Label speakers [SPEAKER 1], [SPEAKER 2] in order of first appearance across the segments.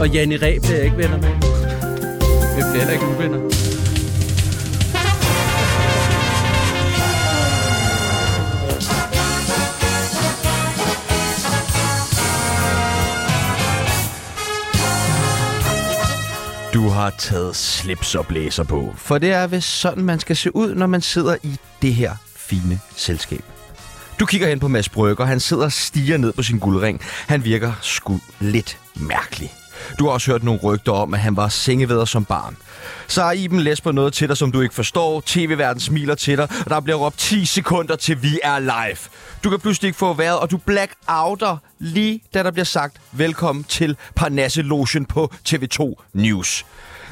[SPEAKER 1] Og Janne Ræ bliver jeg ikke venner med. Jeg bliver heller ikke uvenner.
[SPEAKER 2] Du har taget slipsoplæser på, for det er vist sådan, man skal se ud, når man sidder i det her fine selskab. Du kigger hen på Mads Brygger, han sidder og stiger ned på sin guldring. Han virker sgu lidt mærkelig. Du har også hørt nogle rygter om, at han var sengeveder som barn. Så har Iben læst på noget til dig, som du ikke forstår. TV-verden smiler til dig, og der bliver råbt 10 sekunder til vi er live. Du kan pludselig ikke få vejret, og du black outer lige da der bliver sagt velkommen til Parnasse Lotion på TV2 News.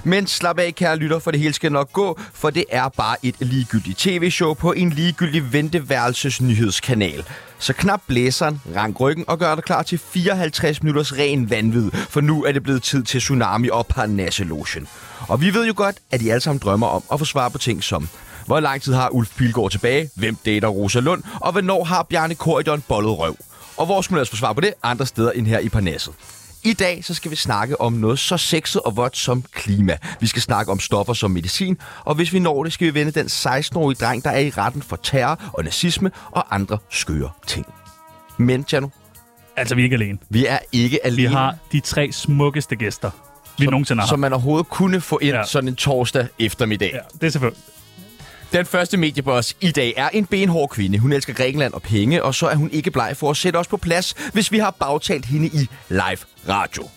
[SPEAKER 2] Men slap af, kære lytter, for det hele skal nok gå, for det er bare et ligegyldigt tv-show på en ligegyldig venteværelses nyhedskanal. Så knap blæseren, rank ryggen og gør dig klar til 54 minutters ren vanvid, for nu er det blevet tid til Tsunami og Parnasse Lotion. Og vi ved jo godt, at I alle sammen drømmer om at få svar på ting som hvor lang tid har Ulf Pilgaard tilbage? Hvem dater Rosa Lund? Og hvornår har Bjarne Korydon bollet røv? Og hvor skulle man altså få svar på det? Andre steder end her i Parnasset. I dag så skal vi snakke om noget så sexet og vådt som klima. Vi skal snakke om stoffer som medicin, og hvis vi når det, skal vi vende den 16-årige dreng, der er i retten for terror og nazisme og andre skøre ting. Men, Tjerno,
[SPEAKER 3] Altså, vi er ikke alene.
[SPEAKER 2] vi er ikke
[SPEAKER 3] Vi
[SPEAKER 2] alene,
[SPEAKER 3] har de tre smukkeste gæster, vi nogensinde har.
[SPEAKER 2] som man overhovedet kunne få ind ja.
[SPEAKER 3] Ja.
[SPEAKER 2] sådan en torsdag eftermiddag.
[SPEAKER 3] Ja, det er selvfølgelig.
[SPEAKER 2] Den første medieboss i dag er en benhård kvinde. Hun elsker Grækenland og penge, og så er hun ikke bleg for at sætte os på plads, hvis vi har bagtalt hende i live radio.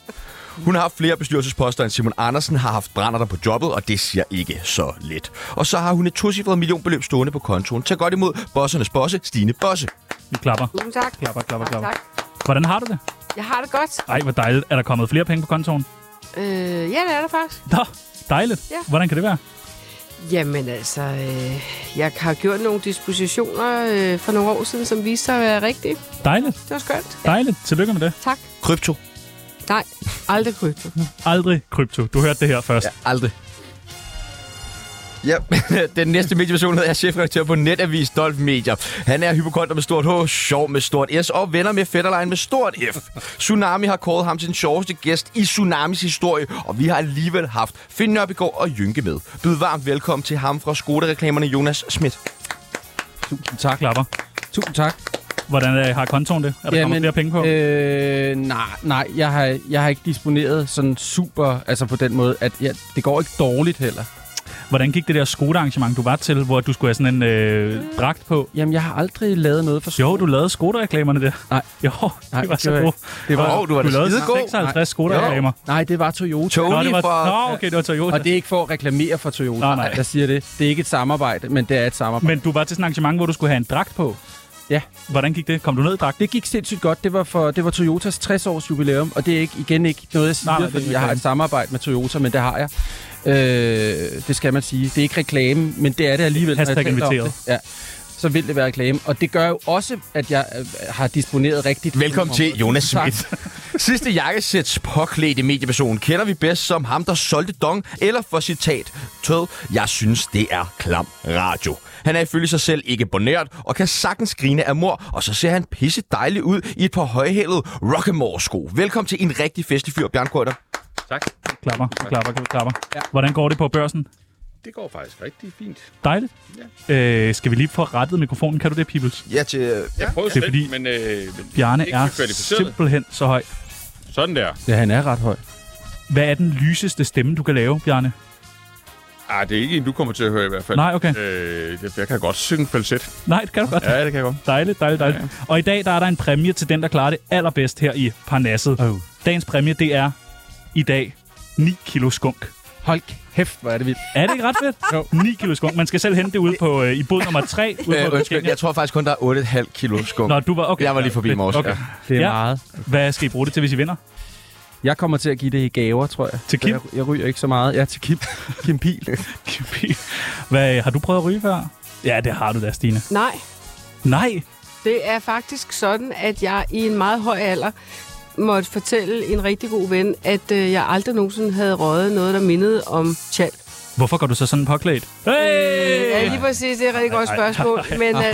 [SPEAKER 2] Hun har haft flere bestyrelsesposter end Simon Andersen, har haft brænderter på jobbet, og det siger ikke så lidt. Og så har hun et tocifret millionbeløb stående på kontoen. Tag godt imod bossernes bosse, Stine Bosse.
[SPEAKER 3] Vi klapper.
[SPEAKER 4] Tusind tak.
[SPEAKER 3] Klapper, klapper,
[SPEAKER 4] Mange
[SPEAKER 3] klapper.
[SPEAKER 4] Tak.
[SPEAKER 3] Hvordan har du det?
[SPEAKER 4] Jeg har det godt.
[SPEAKER 3] Ej, hvor dejligt. Er der kommet flere penge på kontoen?
[SPEAKER 4] Øh, ja, det er det faktisk.
[SPEAKER 3] Nå, dejligt.
[SPEAKER 4] Ja.
[SPEAKER 3] Hvordan kan det være?
[SPEAKER 4] Jamen altså, øh, jeg har gjort nogle dispositioner øh, for nogle år siden, som viste sig at være rigtige.
[SPEAKER 3] Dejligt,
[SPEAKER 4] Det var skønt.
[SPEAKER 3] dejligt. Tillykke med det.
[SPEAKER 4] Tak.
[SPEAKER 2] Krypto.
[SPEAKER 4] Nej, aldrig krypto.
[SPEAKER 3] Aldrig krypto. Du hørte det her først.
[SPEAKER 2] Ja, aldrig. Ja, den næste medieperson hedder chefredaktør på Netavis Dolf Media. Han er hypokonter med stort H, sjov med stort S og venner med Fetterlein med stort F. Tsunami har kåret ham til den sjoveste gæst i Tsunamis historie, og vi har alligevel haft Finn Nørbegaard og Jynke med. Byd varmt velkommen til ham fra Skoda-reklamerne Jonas Schmidt.
[SPEAKER 5] Tusind tak.
[SPEAKER 3] Klapper.
[SPEAKER 5] Tusind tak.
[SPEAKER 3] Hvordan øh, har kontoen det? Er der kommet flere penge på?
[SPEAKER 5] Øh, nej, nej jeg, har, jeg har ikke disponeret sådan super, altså på den måde, at jeg, det går ikke dårligt heller.
[SPEAKER 3] Hvordan gik det der Skoda-arrangement, du var til, hvor du skulle have sådan en øh, dragt på?
[SPEAKER 5] Jamen, jeg har aldrig lavet noget for
[SPEAKER 3] Jo, du lavede Skoda-reklamerne der.
[SPEAKER 5] Nej.
[SPEAKER 3] Jo,
[SPEAKER 5] Nej,
[SPEAKER 3] det var så
[SPEAKER 5] det var-
[SPEAKER 3] gode.
[SPEAKER 5] det var-
[SPEAKER 2] Åh, du var
[SPEAKER 3] du
[SPEAKER 2] da
[SPEAKER 3] lavede
[SPEAKER 2] skidegod.
[SPEAKER 3] 56 Skoda-reklamer.
[SPEAKER 5] Nej, det var Toyota.
[SPEAKER 3] Nå,
[SPEAKER 2] Tony
[SPEAKER 3] det var...
[SPEAKER 2] fra...
[SPEAKER 3] Nå, okay, det var Toyota.
[SPEAKER 5] Og det er ikke for at reklamere for Toyota,
[SPEAKER 3] Nej, nej.
[SPEAKER 5] jeg siger det. Det er ikke et samarbejde, men det er et samarbejde.
[SPEAKER 3] Men du var til sådan en arrangement, hvor du skulle have en dragt på.
[SPEAKER 5] Ja.
[SPEAKER 3] Hvordan gik det? Kom du ned i dragt?
[SPEAKER 5] Det gik sindssygt godt. Det var, for, det var Toyotas 60 års jubilæum, og det er ikke, igen ikke noget, jeg siger,
[SPEAKER 3] Nej,
[SPEAKER 5] nej,
[SPEAKER 3] nej, det er
[SPEAKER 5] nej, fordi
[SPEAKER 3] ikke
[SPEAKER 5] jeg har
[SPEAKER 3] reklame.
[SPEAKER 5] et samarbejde med Toyota, men det har jeg. Øh, det skal man sige. Det er ikke reklame, men det er det alligevel. når jeg
[SPEAKER 3] Hashtag
[SPEAKER 5] taler om
[SPEAKER 3] inviteret.
[SPEAKER 5] Det. Ja. Så vil det være reklame. Og det gør jo også, at jeg øh, har disponeret rigtigt.
[SPEAKER 2] Velkommen til Jonas Schmidt. Sidste jakkesæts påklædte medieperson kender vi bedst som ham, der solgte dong, eller for citat, tød, jeg synes, det er klam radio. Han er ifølge sig selv ikke bonært, og kan sagtens grine af mor, og så ser han pisse dejlig ud i et par højhælede Rockemore-sko. Velkommen til en rigtig festlig fyr, Bjørn Kurter.
[SPEAKER 6] Tak.
[SPEAKER 3] Klapper, klapper, klapper. Ja. Hvordan går det på børsen?
[SPEAKER 6] Det går faktisk rigtig fint.
[SPEAKER 3] Dejligt. Ja. Øh, skal vi lige få rettet mikrofonen? Kan du det, Pibels?
[SPEAKER 2] Ja,
[SPEAKER 4] øh,
[SPEAKER 2] til...
[SPEAKER 6] Jeg prøver
[SPEAKER 3] Det er
[SPEAKER 6] selv,
[SPEAKER 3] fordi-
[SPEAKER 6] men, øh, men
[SPEAKER 3] Bjarne
[SPEAKER 6] Ikke
[SPEAKER 3] er
[SPEAKER 6] så kvalificeret.
[SPEAKER 3] simpelthen så høj.
[SPEAKER 6] sådan der.
[SPEAKER 5] Ja, han er ret høj.
[SPEAKER 3] Hvad er den lyseste stemme, du kan lave, Bjarne?
[SPEAKER 6] Ah, det er ikke en, du kommer til at høre i hvert fald.
[SPEAKER 3] Nej, okay.
[SPEAKER 6] Øh, jeg, jeg kan godt synge falset.
[SPEAKER 3] Nej, det kan du godt.
[SPEAKER 6] Ja, det kan jeg godt.
[SPEAKER 3] Dejligt, dejligt, dejligt. Ja. Og i dag der er der en præmie til den, der klarer det allerbedst her i Parnasset.
[SPEAKER 5] Oh.
[SPEAKER 3] Dagens præmie, det er i dag 9 kilo skunk.
[SPEAKER 5] Hold kæft, hvor er det vildt.
[SPEAKER 3] Er det ikke ret fedt?
[SPEAKER 5] Jo.
[SPEAKER 3] 9 kilo skunk. Man skal selv hente det ude på, øh, i bod nummer 3. Ude
[SPEAKER 2] Øh,
[SPEAKER 3] på
[SPEAKER 2] undskyld,
[SPEAKER 3] Kenya.
[SPEAKER 2] jeg tror faktisk kun, der er 8,5 kilo skum.
[SPEAKER 3] Nå, du var... Okay.
[SPEAKER 2] Jeg var lige forbi i morges,
[SPEAKER 3] Okay.
[SPEAKER 2] ja.
[SPEAKER 5] Det er
[SPEAKER 3] Ja.
[SPEAKER 5] ja. meget.
[SPEAKER 3] Hvad skal I bruge det til, hvis I vinder?
[SPEAKER 5] Jeg kommer til at give det i gaver, tror jeg.
[SPEAKER 3] Til Kim?
[SPEAKER 5] Jeg, jeg ryger ikke så meget. Ja, til Kim, Kim Pil.
[SPEAKER 3] Hvad, har du prøvet at ryge før? Ja, det har du da, Stine.
[SPEAKER 4] Nej,
[SPEAKER 3] Nej,
[SPEAKER 4] det er faktisk sådan, at jeg i en meget høj alder måtte fortælle en rigtig god ven, at øh, jeg aldrig nogensinde havde røget noget, der mindede om tjal.
[SPEAKER 3] Hvorfor går du så sådan påklædt?
[SPEAKER 4] Ja,
[SPEAKER 3] Hey!
[SPEAKER 4] lige præcis. Det er et rigtig godt spørgsmål. Men altså,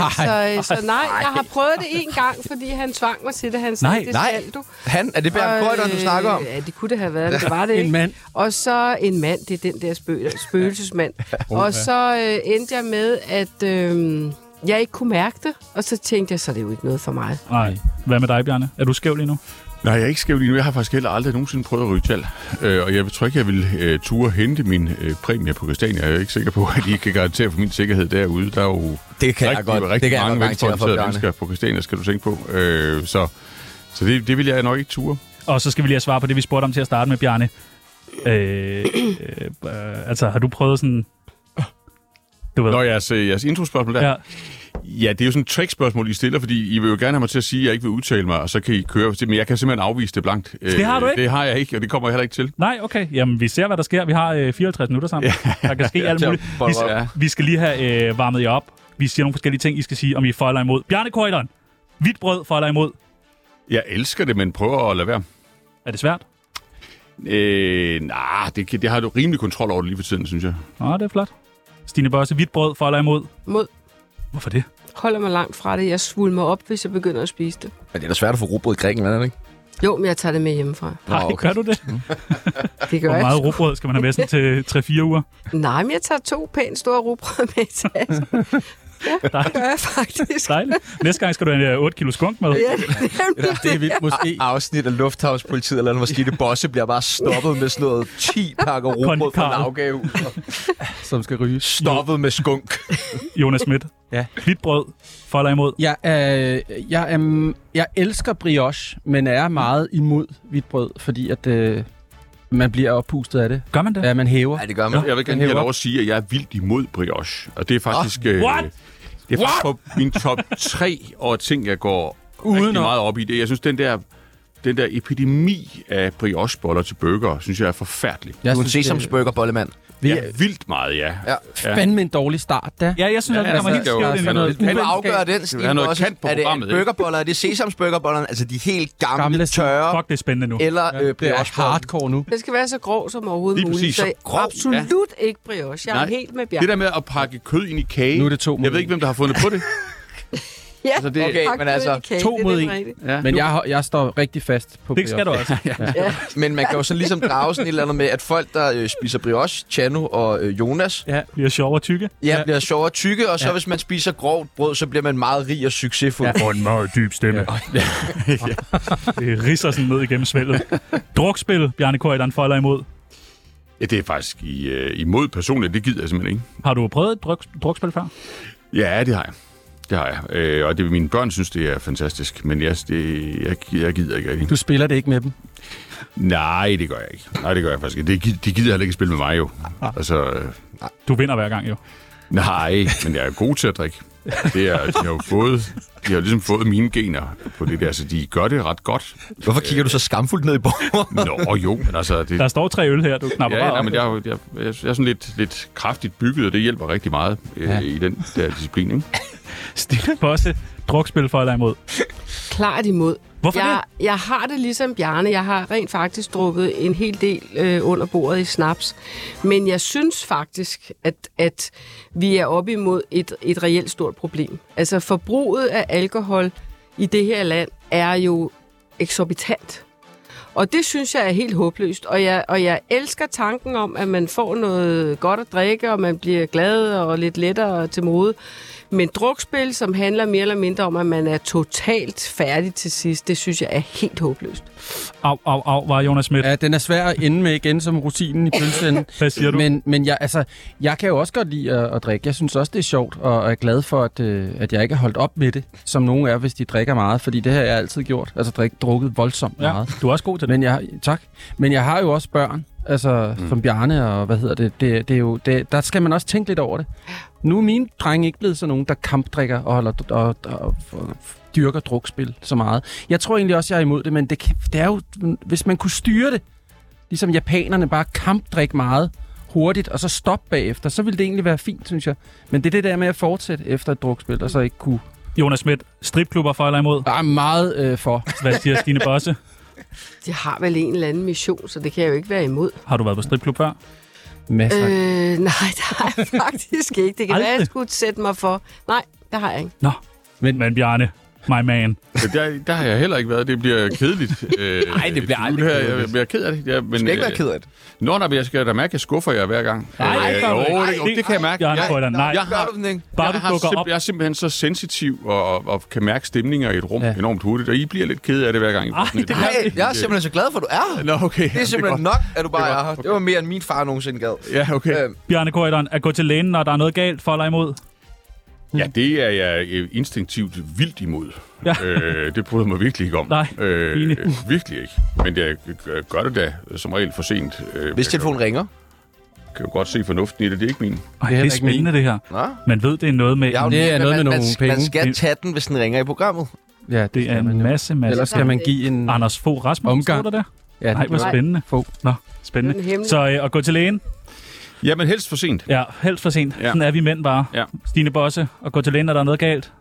[SPEAKER 4] øh, så nej, jeg har prøvet det en gang, fordi han tvang mig til det. Han sagde,
[SPEAKER 3] Nej,
[SPEAKER 4] det
[SPEAKER 2] nej.
[SPEAKER 4] skal du.
[SPEAKER 2] Han, er det Bernd Grøderen, du
[SPEAKER 4] øh,
[SPEAKER 2] snakker om?
[SPEAKER 4] Ja, det kunne det have været, men det var det
[SPEAKER 5] En
[SPEAKER 4] ikke.
[SPEAKER 5] mand.
[SPEAKER 4] Og så en mand, det er den der spø- spøgelsesmand. og så øh, endte jeg med, at øh, jeg ikke kunne mærke det. Og så tænkte jeg, så er det jo ikke noget for mig.
[SPEAKER 3] Nej. Hvad med dig, Bjarne? Er du skæv lige nu?
[SPEAKER 6] Nej, jeg er ikke skæv lige nu. Jeg har faktisk heller aldrig nogensinde prøvet at ryge tal. Øh, og jeg tror ikke, jeg vil øh, ture hente min øh, præmie på Christiania. Jeg er ikke sikker på, at I kan garantere for min sikkerhed derude. Der er jo
[SPEAKER 2] Det kan jeg
[SPEAKER 6] rigtig,
[SPEAKER 2] godt- det
[SPEAKER 6] rigtig
[SPEAKER 2] kan jeg
[SPEAKER 6] mange
[SPEAKER 2] godt garantere for,
[SPEAKER 6] venstreorienterede
[SPEAKER 2] Bjarne.
[SPEAKER 6] mennesker på Christiania, skal du tænke på. Øh, så så det, det vil jeg nok ikke ture.
[SPEAKER 3] Og så skal vi lige have svar på det, vi spurgte om til at starte med, Bjarne. Øh, øh, øh, altså, har du prøvet sådan... Du ved.
[SPEAKER 6] Nå, jeres, øh, jeres introspørgsmål der.
[SPEAKER 3] ja.
[SPEAKER 6] Ja, det er jo sådan et trickspørgsmål, I stiller, fordi I vil jo gerne have mig til at sige, at jeg ikke vil udtale mig, og så kan I køre. Men jeg kan simpelthen afvise det blankt. Øh,
[SPEAKER 3] Det har du ikke?
[SPEAKER 6] Det har jeg ikke, og det kommer jeg heller ikke til.
[SPEAKER 3] Nej, okay. Jamen, vi ser, hvad der sker. Vi har øh, 54 minutter sammen. Ja. Der kan ske alt muligt. Vi,
[SPEAKER 2] Ja.
[SPEAKER 3] vi skal lige have øh, varmet jer op. Vi siger nogle forskellige ting, I skal sige, om I er for eller imod. Bjarne Korydon. Hvidt brød for eller imod.
[SPEAKER 6] Jeg elsker det, men prøver at lade være.
[SPEAKER 3] Er det svært?
[SPEAKER 6] Øh, nej, det, kan- det har du rimelig kontrol over det lige for tiden, synes jeg.
[SPEAKER 3] Nå, det er flot. Stine Børse, hvidt brød for eller imod.
[SPEAKER 4] Mod
[SPEAKER 3] Hvorfor det?
[SPEAKER 4] holder mig langt fra det. Jeg svulmer op, hvis jeg begynder at spise det.
[SPEAKER 2] Men det er da svært at få rugbrød i Grækenland, er det ikke?
[SPEAKER 4] Jo, men jeg tager det med hjemmefra.
[SPEAKER 3] Nej, okay. gør du det?
[SPEAKER 4] Det gør
[SPEAKER 3] Hvor
[SPEAKER 4] jeg.
[SPEAKER 3] meget rugbrød skal man have med sådan til 3-4 uger?
[SPEAKER 4] Nej, men jeg tager to pænt store rugbrød med i tasken. Ja, det gør jeg faktisk.
[SPEAKER 3] Dejligt. Næste gang skal du have en 8 kilo skunk med.
[SPEAKER 4] Ja, det er nemlig
[SPEAKER 5] Det er vildt, måske.
[SPEAKER 3] Ah,
[SPEAKER 2] afsnit af Lufthavnspolitiet eller noget skidte bosse bliver bare stoppet med sådan noget 10 pakker rugbrød fra
[SPEAKER 3] Kondikarl.
[SPEAKER 2] lavgave.
[SPEAKER 3] ah.
[SPEAKER 5] Som skal ryges.
[SPEAKER 2] Stoppet med skunk.
[SPEAKER 3] Jonas Schmidt.
[SPEAKER 5] Ja.
[SPEAKER 3] Hvidt brød for eller imod.
[SPEAKER 5] Jeg, er, jeg, er, jeg elsker brioche, men er meget imod hvidt brød, fordi at, øh, man bliver oppustet af det.
[SPEAKER 3] Gør man det?
[SPEAKER 5] Ja, man hæver.
[SPEAKER 2] Nej, det gør man.
[SPEAKER 6] Jeg vil gerne
[SPEAKER 5] hæver
[SPEAKER 6] have lov
[SPEAKER 5] op.
[SPEAKER 6] at sige, at jeg er vildt imod brioche. Og det er faktisk... Oh,
[SPEAKER 3] what?
[SPEAKER 6] Det er faktisk på min top 3 over ting, jeg går Uden rigtig
[SPEAKER 5] Udenom.
[SPEAKER 6] meget op i. Det. Jeg synes, den der, den der epidemi af briocheboller til burger, synes jeg er forfærdelig.
[SPEAKER 5] Jeg
[SPEAKER 2] Du er en
[SPEAKER 5] synes, det-
[SPEAKER 2] sesamsburger, bollemand.
[SPEAKER 5] Vi
[SPEAKER 6] Ja,
[SPEAKER 5] er
[SPEAKER 6] vildt meget, ja.
[SPEAKER 2] Ja.
[SPEAKER 5] fandme en dårlig start, da.
[SPEAKER 3] Ja, jeg synes, at det
[SPEAKER 6] Ja,
[SPEAKER 3] kommer helt
[SPEAKER 6] altså,
[SPEAKER 3] skævt ind i
[SPEAKER 6] altså,
[SPEAKER 3] noget.
[SPEAKER 2] Kan du
[SPEAKER 5] Uvenskab.
[SPEAKER 2] afgøre den, Stine?
[SPEAKER 6] have noget
[SPEAKER 2] Bosse?
[SPEAKER 6] kant på
[SPEAKER 2] er det
[SPEAKER 6] programmet, ikke?
[SPEAKER 2] burgerboller? Er det sesamsburgerbollerne? Altså de helt gamle, gamle
[SPEAKER 5] Gamle,
[SPEAKER 2] tørre?
[SPEAKER 3] Fuck, det er spændende nu.
[SPEAKER 2] Eller øh,
[SPEAKER 5] Det er
[SPEAKER 2] briochebollen?
[SPEAKER 5] hardcore nu.
[SPEAKER 4] Den skal være så grov som overhovedet
[SPEAKER 6] Lige
[SPEAKER 4] muligt.
[SPEAKER 6] præcis,
[SPEAKER 4] så
[SPEAKER 6] så grov,
[SPEAKER 4] absolut ja. ikke brioche. Jeg er helt med Bjarke.
[SPEAKER 6] Det der med at pakke kød ind i kage.
[SPEAKER 5] Nu er det to mod
[SPEAKER 6] Jeg ved ikke, hvem der har fundet på det.
[SPEAKER 4] ja,
[SPEAKER 6] altså, det-
[SPEAKER 2] Okay,
[SPEAKER 4] Fuck,
[SPEAKER 2] men
[SPEAKER 4] det er
[SPEAKER 2] altså,
[SPEAKER 4] en kage,
[SPEAKER 5] to
[SPEAKER 4] det er
[SPEAKER 5] mod
[SPEAKER 4] nemlig
[SPEAKER 5] en.
[SPEAKER 4] rigtigt.
[SPEAKER 6] Ja.
[SPEAKER 5] Men jeg, har- jeg står rigtig fast på
[SPEAKER 3] Det skal du altså.
[SPEAKER 5] brioche.
[SPEAKER 3] også.
[SPEAKER 2] Men man kan jo så ligesom drage sådan et eller andet med, at folk, der øh, spiser brioche, Chano og øh, Jonas,
[SPEAKER 5] Ja.
[SPEAKER 3] Vi er sjove og tykke.
[SPEAKER 2] ja, bliver sjovere tykke, og så hvis man spiser grovt brød, så bliver man meget rig og succesfuld. Ja.
[SPEAKER 3] Og en meget dyb stemme. det risser sådan ned igennem svældet. Drukspil, Bjarne Korydon, for eller imod.
[SPEAKER 6] ja, det er faktisk i, øh, imod personligt. Det gider jeg simpelthen ikke.
[SPEAKER 3] Har du prøvet et druk, drukspil før?
[SPEAKER 6] Ja, det har jeg. Det har jeg. Øh, og det, mine børn synes, det er fantastisk. Men jeg, det, jeg, jeg gider ikke rigtig.
[SPEAKER 5] Du spiller det ikke med dem.
[SPEAKER 6] Nej, det gør jeg ikke. Nej, det gør jeg faktisk ikke. Det, gi- de gider heller ikke spille med mig jo. Altså, øh,
[SPEAKER 3] Du vinder hver gang jo.
[SPEAKER 6] nej, men jeg er god til at drikke. Det er, de har jo fået, de har jo ligesom fået mine gener på det der, så de gør det ret godt.
[SPEAKER 2] Hvorfor kigger du så skamfuldt ned i bordet?
[SPEAKER 6] Nå, jo, men altså, det,
[SPEAKER 3] Der står tre øl her, du knapper
[SPEAKER 6] Ja,
[SPEAKER 3] bare
[SPEAKER 6] nej,
[SPEAKER 3] op.
[SPEAKER 6] men jeg, er jo- jeg, jeg, jeg er sådan lidt, lidt kraftigt bygget, og det hjælper rigtig meget øh, ja. i den der disciplin. Ikke?
[SPEAKER 3] Stille Bosse, drukspil for eller imod.
[SPEAKER 4] Klart imod.
[SPEAKER 3] Hvorfor
[SPEAKER 4] jeg, jeg har det ligesom Bjarne. Jeg har rent faktisk drukket en hel del øh, under bordet i snaps. Men jeg synes faktisk, at, at vi er op imod et, et reelt stort problem. Altså forbruget af alkohol i det her land er jo eksorbitant. Og det synes jeg er helt håbløst. Og jeg, og jeg elsker tanken om, at man får noget godt at drikke, og man bliver glad og lidt lettere til mode. Men drukspil, som handler mere eller mindre om, at man er totalt færdig til sidst, det synes jeg er helt håbløst.
[SPEAKER 3] Au, au, au, var Jonas Schmidt.
[SPEAKER 5] Ja, den er svær at ende med igen, som rutinen i pølsen.
[SPEAKER 3] Hvad siger du?
[SPEAKER 5] Men, men jeg, altså, jeg kan jo også godt lide at, at drikke. Jeg synes også, det er sjovt, og er glad for, at, øh, at jeg ikke har holdt op med det, som nogen er, hvis de drikker meget. Fordi det har jeg altid gjort. Altså drik, drukket voldsomt
[SPEAKER 3] Ja,
[SPEAKER 5] meget.
[SPEAKER 3] du er også god til det.
[SPEAKER 5] Men jeg, tak. Men jeg har jo også børn, altså mm. som Bjarne og hvad hedder det. det, det er jo, det, der skal man også tænke lidt over det. Nu er mine drenge ikke blevet sådan nogen, der kampdrikker og, holder, og, og, og, og dyrker drukspil så meget. Jeg tror egentlig også, jeg er imod det, men det, kan- det er jo, hvis man kunne styre det, ligesom japanerne bare kampdrik meget hurtigt, og så stoppe bagefter, så ville det egentlig være fint, synes jeg. Men det er det der med at fortsætte efter et drukspil, og så ikke kunne.
[SPEAKER 3] Jonas Schmidt, stripklubber for eller imod.
[SPEAKER 5] Jeg er meget øh, for.
[SPEAKER 3] Hvad siger Stine Bosse?
[SPEAKER 4] De har vel en eller anden mission, så det kan jeg jo ikke være imod.
[SPEAKER 3] Har du været på stripklub før?
[SPEAKER 5] Masser. Øh.
[SPEAKER 4] Øh, nej, det har jeg faktisk ikke. Det kan være, jeg
[SPEAKER 3] Aldrig?
[SPEAKER 4] skulle sætte mig for. Nej, det har jeg ikke.
[SPEAKER 3] Nå, men, men Bjarne, my man.
[SPEAKER 6] Men Der, der har jeg heller ikke været. Det bliver kedeligt. øh,
[SPEAKER 2] Nej, det bliver
[SPEAKER 6] til
[SPEAKER 2] aldrig
[SPEAKER 6] jul her. Jeg
[SPEAKER 2] kedeligt.
[SPEAKER 6] bliver ked af det. Jeg, men,
[SPEAKER 2] Du skal ikke være
[SPEAKER 6] øh,
[SPEAKER 2] ked af det.
[SPEAKER 6] Nå, nej, men jeg skal da mærke, at jeg skuffer jer hver gang.
[SPEAKER 3] Nej,
[SPEAKER 6] øh,
[SPEAKER 3] nej,
[SPEAKER 6] jo,
[SPEAKER 3] nej,
[SPEAKER 6] det, jo, det kan jeg mærke.
[SPEAKER 3] Bjarne
[SPEAKER 6] Jeg,
[SPEAKER 3] Krøyer, nej.
[SPEAKER 6] jeg
[SPEAKER 2] Gør
[SPEAKER 6] har,
[SPEAKER 2] du den ikke?
[SPEAKER 3] Bare
[SPEAKER 6] jeg,
[SPEAKER 3] du
[SPEAKER 6] har
[SPEAKER 3] dukker op.
[SPEAKER 6] jeg er simpelthen så sensitiv og, og, og kan mærke stemninger i et rum ja.
[SPEAKER 5] Ja.
[SPEAKER 6] enormt hurtigt, og I bliver lidt ked af det hver gang. I får
[SPEAKER 3] Ej,
[SPEAKER 6] sådan et-
[SPEAKER 3] det
[SPEAKER 2] Nej,
[SPEAKER 3] gør
[SPEAKER 2] jeg er simpelthen så glad for, at du er her.
[SPEAKER 6] Nå, okay.
[SPEAKER 2] Det er simpelthen nok, at du bare er her. Det var mere, end min far nogensinde gad.
[SPEAKER 6] Ja, okay.
[SPEAKER 2] Øh,
[SPEAKER 3] Bjarne Korydon, at gå til lægen, når der er noget galt for eller imod. Mm.
[SPEAKER 6] Ja, det er jeg øh, instinktivt vildt imod.
[SPEAKER 3] Ja.
[SPEAKER 6] Øh, det bryder jeg mig virkelig ikke om.
[SPEAKER 3] Nej,
[SPEAKER 6] øh,
[SPEAKER 3] enig.
[SPEAKER 6] øh, virkelig ikke. Men jeg g- gør det da øh, som regel for sent. Øh,
[SPEAKER 2] Hvis
[SPEAKER 6] jeg
[SPEAKER 2] telefonen ringer.
[SPEAKER 6] kan, kan jo godt se fornuften i det. Det er ikke min.
[SPEAKER 3] Ej,
[SPEAKER 5] Det er
[SPEAKER 3] det er
[SPEAKER 5] heller ikke
[SPEAKER 3] spændende, det her.
[SPEAKER 2] Nå.
[SPEAKER 3] Man ved, det er noget med...
[SPEAKER 2] Jeg jo
[SPEAKER 5] Det
[SPEAKER 2] lige-
[SPEAKER 5] er noget
[SPEAKER 2] man-
[SPEAKER 5] med
[SPEAKER 2] man-
[SPEAKER 5] nogle
[SPEAKER 2] Man
[SPEAKER 5] penge.
[SPEAKER 2] skal tage den, hvis den ringer i programmet.
[SPEAKER 5] Ja, det,
[SPEAKER 3] Det er
[SPEAKER 5] skal man
[SPEAKER 3] en
[SPEAKER 5] jo.
[SPEAKER 3] masse, masse...
[SPEAKER 5] Ellers skal man give en...
[SPEAKER 3] Anders Fogh Rasmussen,
[SPEAKER 5] Omgang.
[SPEAKER 3] stod der der?
[SPEAKER 5] Ja,
[SPEAKER 3] Nej, hvor
[SPEAKER 4] Nej.
[SPEAKER 3] spændende.
[SPEAKER 5] Fogh.
[SPEAKER 3] Nå,
[SPEAKER 4] Det er
[SPEAKER 3] spændende.
[SPEAKER 4] den hemmelige.
[SPEAKER 3] Så øh, at gå til lægen,
[SPEAKER 6] Jamen helst for sent.
[SPEAKER 3] ja, helst for sent.
[SPEAKER 6] Ja.
[SPEAKER 3] Ja. Sådan er vi mænd bare.
[SPEAKER 6] Ja.
[SPEAKER 3] Stine Bosse, at gå til lægen, når der er noget galt.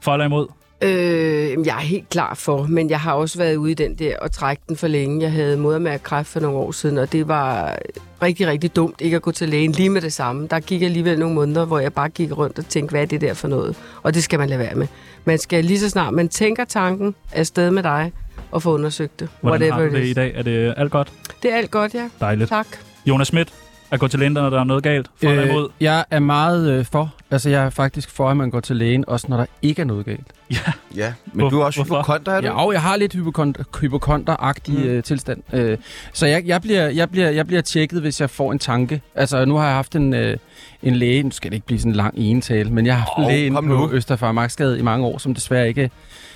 [SPEAKER 3] For eller imod.
[SPEAKER 4] Øh, jamen, jeg er helt klar for, men jeg har også været ude i den der og trække den for længe. Jeg havde modermærkræft for nogle år siden, og det var rigtig, rigtig dumt ikke at gå til lægen lige med det samme. Der gik alligevel nogle måneder, hvor jeg bare gik rundt og tænkte, hvad er det der for noget? Og det skal man lade være med. Man skal lige så snart man tænker tanken afsted med dig og få undersøgt det.
[SPEAKER 3] Hvordan har du
[SPEAKER 4] it
[SPEAKER 3] det
[SPEAKER 4] is.
[SPEAKER 3] i dag? Er det alt godt?
[SPEAKER 4] Det er alt godt, ja.
[SPEAKER 3] Dejligt.
[SPEAKER 4] Tak.
[SPEAKER 3] Jonas Schmidt, at gå til lægen, når der er noget galt. For eller imod.
[SPEAKER 5] Øh, jeg er meget øh, for. Altså, jeg er faktisk for, at man går til lægen, også når der ikke er noget galt.
[SPEAKER 2] Ja, men
[SPEAKER 3] Hvor-
[SPEAKER 2] du er også
[SPEAKER 3] hvorfor?
[SPEAKER 2] hypokonter, er du?
[SPEAKER 5] Ja, og jeg har lidt hypokont- hypokonter-agtig mm. øh, tilstand. Øh, så jeg, jeg, bliver, jeg, bliver, jeg bliver tjekket, hvis jeg får en tanke. Altså, nu har jeg haft en, øh, en læge. Nu skal det ikke blive sådan en lang enetale, men jeg har haft en
[SPEAKER 2] Åh,
[SPEAKER 5] læge inde
[SPEAKER 2] kom
[SPEAKER 5] på
[SPEAKER 2] nu.
[SPEAKER 5] Østerfarmarksgade i mange år, som desværre ikke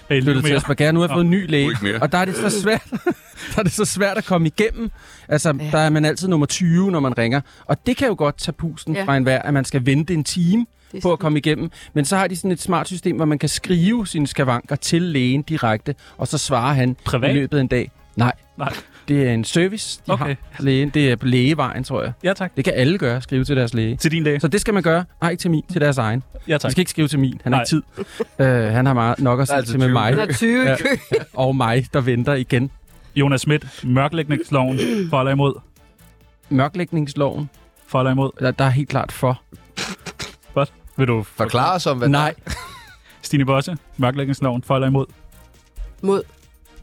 [SPEAKER 3] Hey, lidt
[SPEAKER 5] flyttede til
[SPEAKER 3] mere.
[SPEAKER 5] Asperger. Nu har jeg fået en ny læge,
[SPEAKER 6] ikke mere.
[SPEAKER 5] og der er det så svært, der er det så svært at komme igennem. Altså,
[SPEAKER 4] Ja.
[SPEAKER 5] ja. der er man altid nummer 20, når man ringer. Og det kan jo godt tage pusten
[SPEAKER 4] Ja.
[SPEAKER 5] ja. fra enhver, at man skal vente en time
[SPEAKER 4] Det er
[SPEAKER 5] på at
[SPEAKER 4] sådan.
[SPEAKER 5] komme igennem. Men så har de sådan et smart system, hvor man kan skrive sine skavanker til lægen direkte, og så svarer han
[SPEAKER 3] Privat?
[SPEAKER 5] i løbet af en dag. Nej,
[SPEAKER 3] Nej.
[SPEAKER 5] det er en service, de
[SPEAKER 3] Okay.
[SPEAKER 5] okay. har lægen. Det er på lægevejen, tror jeg.
[SPEAKER 3] Ja, tak.
[SPEAKER 5] Det kan alle gøre, skrive til deres læge.
[SPEAKER 3] Til din læge.
[SPEAKER 5] Så det skal man gøre. Nej, ikke til min, til deres egen.
[SPEAKER 3] Ja,
[SPEAKER 5] De
[SPEAKER 3] tak.
[SPEAKER 5] skal ikke skrive til min. Han har
[SPEAKER 3] Nej.
[SPEAKER 5] ikke tid. Øh, han har meget nok at sige
[SPEAKER 2] altså
[SPEAKER 5] til med
[SPEAKER 2] 20.
[SPEAKER 5] mig
[SPEAKER 4] Der er 20 i
[SPEAKER 5] Ja.
[SPEAKER 4] kø.
[SPEAKER 5] og mig, der venter igen.
[SPEAKER 3] Jonas Schmidt, mørklægningsloven. For eller imod.
[SPEAKER 5] Mørklægningsloven,
[SPEAKER 3] For eller imod.
[SPEAKER 5] der, der er helt klart for.
[SPEAKER 3] Vil du...
[SPEAKER 2] Forklare os om, hvad
[SPEAKER 5] Nej,
[SPEAKER 3] Stine Bosse, mørklægningsloven. For eller imod.
[SPEAKER 4] Mod.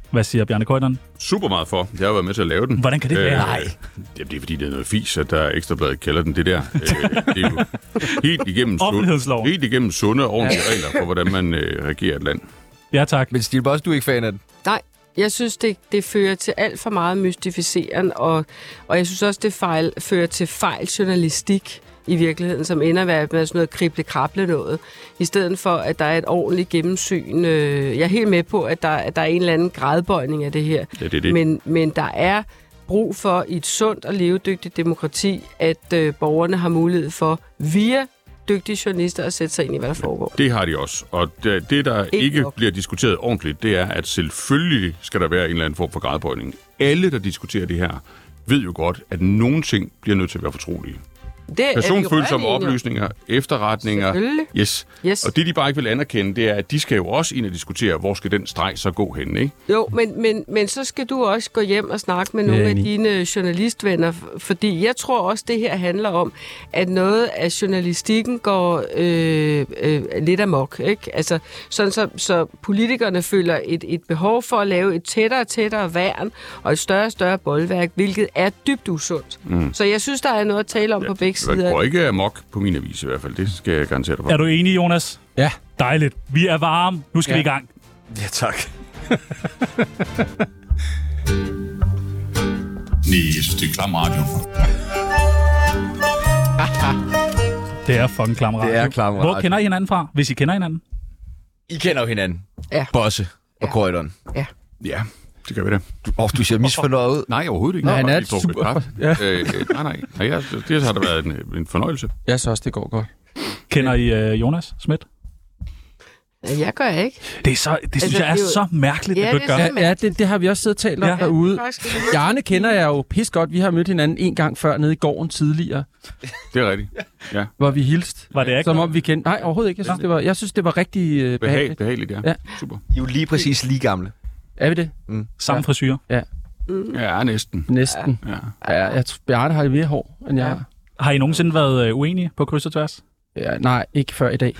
[SPEAKER 3] Hvad siger Bjarne Korydon?
[SPEAKER 6] Super meget for. Jeg har været med til at lave den.
[SPEAKER 3] Hvordan kan det være?
[SPEAKER 6] Øh, Nej. Jamen, det er fordi, det er noget fis, at der er ekstrabladet kalder den det der. Øh, det er jo helt igennem,
[SPEAKER 3] Offentlighedsloven.
[SPEAKER 6] helt igennem sunde og ordentlige regler for, hvordan man øh, regerer et land.
[SPEAKER 3] Ja, tak.
[SPEAKER 2] Men Stine Boss, du er ikke fan af den.
[SPEAKER 4] Nej, jeg synes, det, det fører til alt for meget mystificering, og, og jeg synes også, det fejl, fører til fejl journalistik i virkeligheden, som ender med at være sådan noget krible-krable noget, i stedet for, at der er et ordentligt gennemsyn. Øh, Jeg er helt med på, at der, at der er en eller anden gradbøjning af det her,
[SPEAKER 6] Ja, det er det.
[SPEAKER 4] men, men der er brug for i et sundt og levedygtigt demokrati, at øh, borgerne har mulighed for via dygtige journalister at sætte sig ind i, hvad der foregår.
[SPEAKER 6] Det har de også. Og det, det der ikke, ikke
[SPEAKER 4] nok.
[SPEAKER 6] bliver diskuteret ordentligt, det er, at selvfølgelig skal der være en eller anden form for gradbøjning. Alle, der diskuterer det her, ved jo godt, at nogle ting bliver nødt til at være fortrolige.
[SPEAKER 4] Det er vi
[SPEAKER 6] Personfølsomme
[SPEAKER 4] rørende enige om.
[SPEAKER 6] oplysninger, efterretninger.
[SPEAKER 4] Selvfølgelig.
[SPEAKER 6] Yes.
[SPEAKER 4] Yes.
[SPEAKER 6] Og det, de bare ikke vil anerkende, det er, at de skal jo også ind og diskutere, hvor skal den streg så gå hen, ikke?
[SPEAKER 4] Jo, men, men, men så skal du også gå hjem og snakke med nogle af
[SPEAKER 5] enig.
[SPEAKER 4] dine journalistvenner, f- fordi jeg tror også, det her handler om, at noget af journalistikken går øh, øh, lidt amok. Ikke? Altså, sådan så, så politikerne føler et, et behov for at lave et tættere og tættere værn og et større og større boldværk, hvilket er dybt usundt. Mm. Så jeg synes, der er noget at tale om ja, på begge
[SPEAKER 6] Jeg
[SPEAKER 4] sider.
[SPEAKER 6] går ikke amok på min avis i hvert fald, det skal jeg garantere dig for.
[SPEAKER 3] Er du enig, Jonas?
[SPEAKER 5] ja.
[SPEAKER 3] Dejligt. Vi er varme. Nu skal ja.
[SPEAKER 5] Ja.
[SPEAKER 3] vi i gang.
[SPEAKER 2] Ja, tak.
[SPEAKER 6] Nej, jeg synes, det er klam radio.
[SPEAKER 3] Det er fucking klam radio.
[SPEAKER 2] Det er klam
[SPEAKER 3] Hvor
[SPEAKER 2] radio.
[SPEAKER 3] kender I hinanden fra, hvis I kender hinanden?
[SPEAKER 2] I kender jo hinanden.
[SPEAKER 4] Ja.
[SPEAKER 2] Bosse og
[SPEAKER 4] Ja.
[SPEAKER 2] Korydon.
[SPEAKER 4] Ja.
[SPEAKER 6] Ja, det gør vi da.
[SPEAKER 2] Åh, du ser misfornøjet ud.
[SPEAKER 6] Nej, overhovedet ikke.
[SPEAKER 5] Nej,
[SPEAKER 6] Jeg
[SPEAKER 5] han
[SPEAKER 6] har bare
[SPEAKER 5] er
[SPEAKER 6] lige drukket
[SPEAKER 5] super-
[SPEAKER 6] kaffe. Øh, øh, nej, nej. nej jeg, det har da været en, en fornøjelse.
[SPEAKER 5] Jeg synes også, det går godt.
[SPEAKER 3] Kender I uh, Jonas Schmidt?
[SPEAKER 4] Jeg gør ikke.
[SPEAKER 3] Det, er så, det synes
[SPEAKER 4] Altså,
[SPEAKER 3] jeg er
[SPEAKER 4] det er jo-
[SPEAKER 3] så mærkeligt,
[SPEAKER 4] Ja,
[SPEAKER 3] at du
[SPEAKER 4] det
[SPEAKER 3] ikke
[SPEAKER 4] er
[SPEAKER 3] gør.
[SPEAKER 4] så-
[SPEAKER 5] Ja, ja det, det har vi også siddet og talt om
[SPEAKER 3] Ja.
[SPEAKER 5] ja. derude.
[SPEAKER 4] Faktisk.
[SPEAKER 5] Jarne kender jeg jo pis godt. Vi har mødt hinanden en gang før nede i gården tidligere,
[SPEAKER 6] Det er rigtigt.
[SPEAKER 5] hvor vi hilste.
[SPEAKER 3] Var det
[SPEAKER 5] Som
[SPEAKER 3] ikke?
[SPEAKER 5] om vi kendte... Nej, overhovedet ikke. Jeg synes, det var, jeg synes, det var rigtig øh,
[SPEAKER 6] Behag,
[SPEAKER 5] behageligt.
[SPEAKER 6] behageligt, ja. ja.
[SPEAKER 5] Ja.
[SPEAKER 6] Super.
[SPEAKER 2] I er jo lige præcis lige gamle.
[SPEAKER 5] Er vi det?
[SPEAKER 3] Samme frisyr.
[SPEAKER 6] Ja, næsten.
[SPEAKER 5] Næsten.
[SPEAKER 6] Ja.
[SPEAKER 5] Ja, jeg tror, Bjarne har mere hår, end jeg
[SPEAKER 4] Ja.
[SPEAKER 5] har.
[SPEAKER 3] Har I nogensinde været øh, uenige på kryds og tværs?
[SPEAKER 5] Ja, nej, ikke før i dag.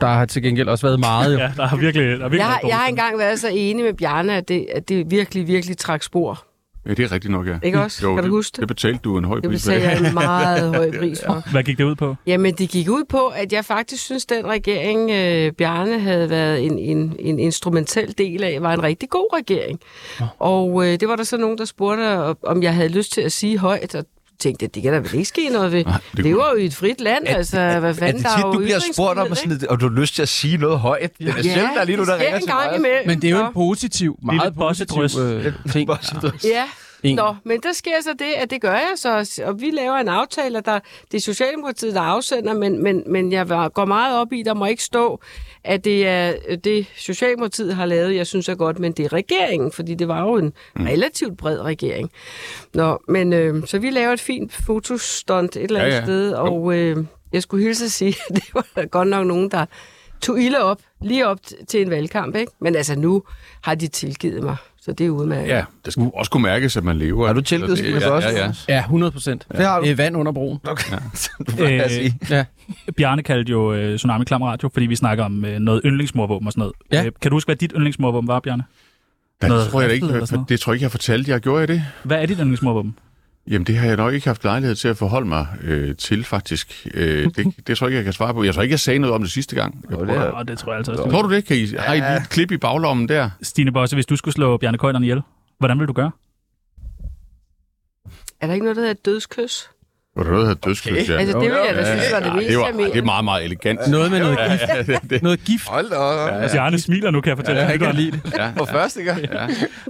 [SPEAKER 5] Der har til gengæld også været meget, jo.
[SPEAKER 3] Ja, der har virkelig, der har virkelig
[SPEAKER 4] Jeg,
[SPEAKER 3] været
[SPEAKER 4] har- jeg har
[SPEAKER 3] dårligt.
[SPEAKER 4] engang været så enig med Bjarne, at det, at det virkelig, virkelig trak spor.
[SPEAKER 6] Ja, det er rigtigt nok, ja.
[SPEAKER 4] Ikke også? Kan du
[SPEAKER 6] det,
[SPEAKER 4] huske det?
[SPEAKER 6] det? betalte du en høj
[SPEAKER 4] Det
[SPEAKER 6] pris for.
[SPEAKER 4] betaler jeg en meget høj pris for.
[SPEAKER 3] Hvad gik det ud på?
[SPEAKER 4] Jamen, det gik ud på, at jeg faktisk synes, den regering, øh, Bjarne havde været en, en, en instrumentel del af, var en rigtig god regering. Og øh, det var der så nogen, der spurgte, om- om jeg havde lyst til at sige højt, og tænkte, at det kan der vel ikke ske noget ved.
[SPEAKER 6] Nej, det
[SPEAKER 4] det var jo i et frit land,
[SPEAKER 2] Er-
[SPEAKER 4] altså, hvad
[SPEAKER 2] Er
[SPEAKER 4] fanden,
[SPEAKER 2] det
[SPEAKER 4] der er
[SPEAKER 2] tit,
[SPEAKER 4] jo
[SPEAKER 2] du bliver spurgt om,
[SPEAKER 4] ytringsfrihed,
[SPEAKER 2] og, sådan, lidt, og du har lyst til at sige noget højt? Det er
[SPEAKER 4] ikke?
[SPEAKER 2] ja, selv, der er lige nu, der
[SPEAKER 4] det sker
[SPEAKER 2] ringer
[SPEAKER 4] en
[SPEAKER 2] til
[SPEAKER 4] gang
[SPEAKER 2] mig.
[SPEAKER 4] imellem.
[SPEAKER 5] Men det er jo en
[SPEAKER 4] Nå.
[SPEAKER 5] positiv, meget
[SPEAKER 3] bossedryst.
[SPEAKER 5] positiv øh, ting.
[SPEAKER 4] Ja,
[SPEAKER 5] En.
[SPEAKER 4] Nå, men der sker så det, at det gør jeg så, og vi laver en aftale, og der, det er Socialdemokratiet, der afsender, men, men, men jeg var- går meget op i, der må ikke stå, at det er øh, det, Socialdemokratiet har lavet, jeg synes er godt, men det er regeringen, fordi det var jo en relativt bred regering. Nå, men øh, så vi laver et fint fotostunt et eller andet ja,
[SPEAKER 6] Ja, ja.
[SPEAKER 4] ja. sted, og øh, jeg skulle hilse at sige, at det var der godt nok nogen, der tog ilde op, lige op t- til en valgkamp, ikke? Men altså, nu har de tilgivet mig, så det er udmærket.
[SPEAKER 6] Ja, det skal også kunne mærkes, at man lever.
[SPEAKER 2] Har du tilgivet
[SPEAKER 6] Altså,
[SPEAKER 2] Sofie
[SPEAKER 6] ja,
[SPEAKER 2] Bossen?
[SPEAKER 6] ja, ja.
[SPEAKER 5] Ja, 100 procent.
[SPEAKER 2] Det har du.
[SPEAKER 5] Øh, vand under broen.
[SPEAKER 2] Okay. Du
[SPEAKER 3] Øh,
[SPEAKER 2] plejer at sige.
[SPEAKER 5] Ja.
[SPEAKER 3] Bjarne kaldte jo øh, Tsunami Klam Radio, fordi vi snakker om øh, noget yndlingsmorvåben og sådan noget.
[SPEAKER 5] Ja.
[SPEAKER 3] Øh, kan du huske, hvad dit yndlingsmorvåben var, Bjarne?
[SPEAKER 6] Nej,
[SPEAKER 3] Noget
[SPEAKER 6] det tror jeg da ikke,
[SPEAKER 3] ristet eller
[SPEAKER 6] jeg,
[SPEAKER 3] sådan
[SPEAKER 6] for,
[SPEAKER 3] noget?
[SPEAKER 6] det tror jeg ikke, jeg fortalte jer. Gjorde jeg det?
[SPEAKER 3] Hvad er dit yndlingsmorvåben?
[SPEAKER 6] Jamen, det har jeg nok ikke haft lejlighed til at forholde mig øh, til, faktisk. Øh, det, det tror jeg ikke, jeg kan svare på. Jeg tror ikke, jeg sagde noget om det sidste gang. Jeg
[SPEAKER 2] det
[SPEAKER 6] prøver-
[SPEAKER 3] Åh, det tror jeg altså også. du-
[SPEAKER 6] Tror du det? Kan I, har I lige et klip i baglommen der?
[SPEAKER 3] Stine Bosse, hvis du skulle slå Bjarne Køjderen ihjel, hvordan ville du gøre?
[SPEAKER 4] Er der ikke noget, der hedder et dødskys?
[SPEAKER 6] Var der noget, der hedder dødskys? Okay. Ja.
[SPEAKER 4] Altså, det ville jeg da synes var det mest
[SPEAKER 6] det, var,
[SPEAKER 4] charmerende.
[SPEAKER 6] det er meget, meget elegant.
[SPEAKER 5] Noget med noget gift. Noget gift.
[SPEAKER 2] Hold da op.
[SPEAKER 3] Ja. Altså, Bjarne smiler nu, kan jeg fortælle. Ja, jeg kan lide det.
[SPEAKER 6] Ja,
[SPEAKER 2] For første gang.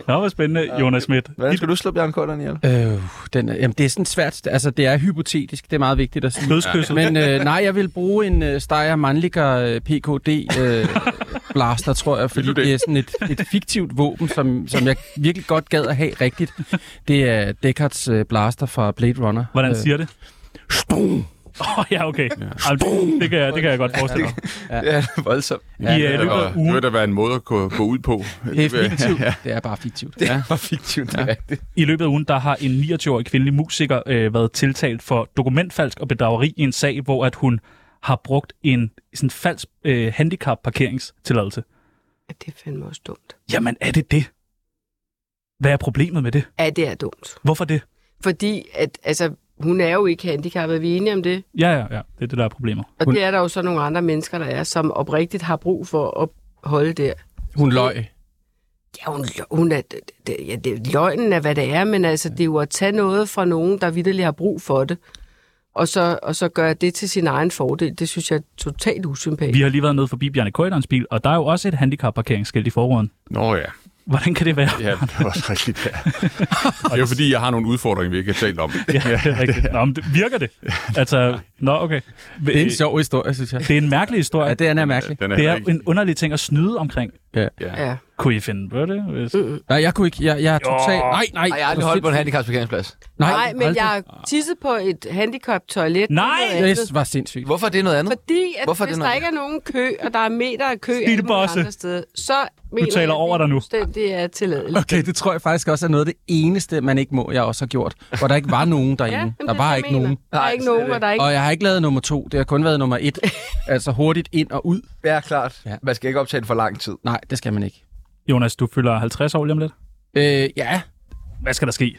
[SPEAKER 3] Nå, hvor spændende, Jonas Schmidt.
[SPEAKER 2] Hvordan
[SPEAKER 3] Dit
[SPEAKER 2] skal du slå Bjarne Kutteren ihjel?
[SPEAKER 5] Øh, den, er- jamen, det er sådan svært. Altså, det er hypotetisk. Det er meget vigtigt at sige.
[SPEAKER 3] dødskysset.
[SPEAKER 5] Men øh, nej, jeg vil bruge en øh, Steyr Mannlicher øh, PKD øh, blaster, tror jeg, fordi
[SPEAKER 6] Vil du det?
[SPEAKER 5] det er sådan et, et fiktivt våben, som, som jeg virkelig godt gad at have rigtigt. Det er Deckards øh, blaster fra Blade Runner.
[SPEAKER 3] Hvordan
[SPEAKER 5] Øh,
[SPEAKER 3] siger det? Åh, oh, ja, okay. Ja. Det, kan jeg, det kan jeg godt forestille mig.
[SPEAKER 2] Ja, det er voldsomt.
[SPEAKER 3] I øh,
[SPEAKER 6] det,
[SPEAKER 3] løbet af
[SPEAKER 6] var, det vil
[SPEAKER 3] ugen,
[SPEAKER 6] da være en måde at gå, gå ud på.
[SPEAKER 5] Det er fiktivt. Det er bare fiktivt.
[SPEAKER 2] Det var fiktivt, det er rigtigt.
[SPEAKER 3] I løbet af ugen, der har en 29-årig kvindelig musiker øh, været tiltalt for dokumentfalsk og bedrageri i en sag, hvor at hun har brugt en sådan falsk øh, handicap-parkeringstilladelse.
[SPEAKER 4] Ja, det er fandme også dumt.
[SPEAKER 3] Jamen, er det det? Hvad er problemet med det?
[SPEAKER 4] Ja, det er dumt.
[SPEAKER 3] Hvorfor det?
[SPEAKER 4] Fordi, at, altså, hun er jo ikke handicappet, vi er enige om det.
[SPEAKER 3] Ja, ja, ja. Det er det, der er problemet.
[SPEAKER 4] Og
[SPEAKER 5] Hun-
[SPEAKER 4] det er der jo så nogle andre mennesker, der er, som oprigtigt har brug for at holde der.
[SPEAKER 5] Hun løg.
[SPEAKER 4] Ja, hun, hun er, det, det, ja, det, løgnen er, hvad det er, men altså, det er jo at tage noget fra nogen, der vidderligt har brug for det, og så, og så gøre det til sin egen fordel. Det synes jeg er totalt usympatisk.
[SPEAKER 3] Vi har lige været nede forbi Bjarne Køjderens bil, og der er jo også et handicapparkeringsskilt i forruden.
[SPEAKER 6] Nå ja,
[SPEAKER 3] Hvordan kan det være?
[SPEAKER 6] ja det var også rigtigt. Ja. Det er jo fordi, jeg har nogle udfordringer, vi ikke har talt om.
[SPEAKER 3] Ja, det er rigtigt. Nå, men det, virker det? Altså, nå, okay.
[SPEAKER 5] Det er en sjov historie, synes jeg.
[SPEAKER 3] det er en mærkelig historie.
[SPEAKER 5] Ja, det er mærkeligt.
[SPEAKER 6] Den
[SPEAKER 3] det er
[SPEAKER 6] rigtig-
[SPEAKER 3] en underlig ting at snyde omkring.
[SPEAKER 4] ja.
[SPEAKER 3] Kunne I finde på det? Hvis...
[SPEAKER 5] Nej, jeg kunne ikke. Jeg, jeg er totalt... Nej, nej.
[SPEAKER 2] Ej, jeg har aldrig holdt på en handicapsparkeringsplads.
[SPEAKER 5] Nej,
[SPEAKER 4] Nej, men
[SPEAKER 5] aldrig.
[SPEAKER 4] jeg har tisset på et handicap-toilet. Det er
[SPEAKER 3] Nej!
[SPEAKER 4] noget andet.
[SPEAKER 5] Det var sindssygt.
[SPEAKER 2] Hvorfor er det noget andet?
[SPEAKER 4] Fordi,
[SPEAKER 2] Hvorfor
[SPEAKER 4] at Hvorfor
[SPEAKER 2] er det
[SPEAKER 4] hvis
[SPEAKER 2] noget
[SPEAKER 4] der ikke er nogen kø, og der er meter af kø
[SPEAKER 3] Stine
[SPEAKER 4] alle mulige
[SPEAKER 3] Bosse.
[SPEAKER 4] andre steder, så mener
[SPEAKER 3] taler over dig nu.
[SPEAKER 4] Det, det er tilladeligt.
[SPEAKER 5] Okay, det tror jeg faktisk også er noget af det eneste, man ikke må, jeg også har gjort. Hvor der ikke var nogen derinde.
[SPEAKER 4] jamen, det
[SPEAKER 5] der
[SPEAKER 4] er
[SPEAKER 5] var
[SPEAKER 4] det,
[SPEAKER 5] ikke
[SPEAKER 4] jeg mener.
[SPEAKER 5] nogen.
[SPEAKER 4] Der er
[SPEAKER 2] Nej,
[SPEAKER 4] ikke
[SPEAKER 2] slet
[SPEAKER 4] nogen, og der er ikke...
[SPEAKER 5] Og jeg har ikke lavet nummer to. Det har kun været nummer et. altså hurtigt ind og ud.
[SPEAKER 2] Ja, klart.
[SPEAKER 5] Ja.
[SPEAKER 2] Man skal ikke optage det for lang tid.
[SPEAKER 5] Nej, det skal man ikke.
[SPEAKER 3] Jonas, du fylder 50 år lige om lidt.
[SPEAKER 5] Øh, ja.
[SPEAKER 3] Hvad skal der ske?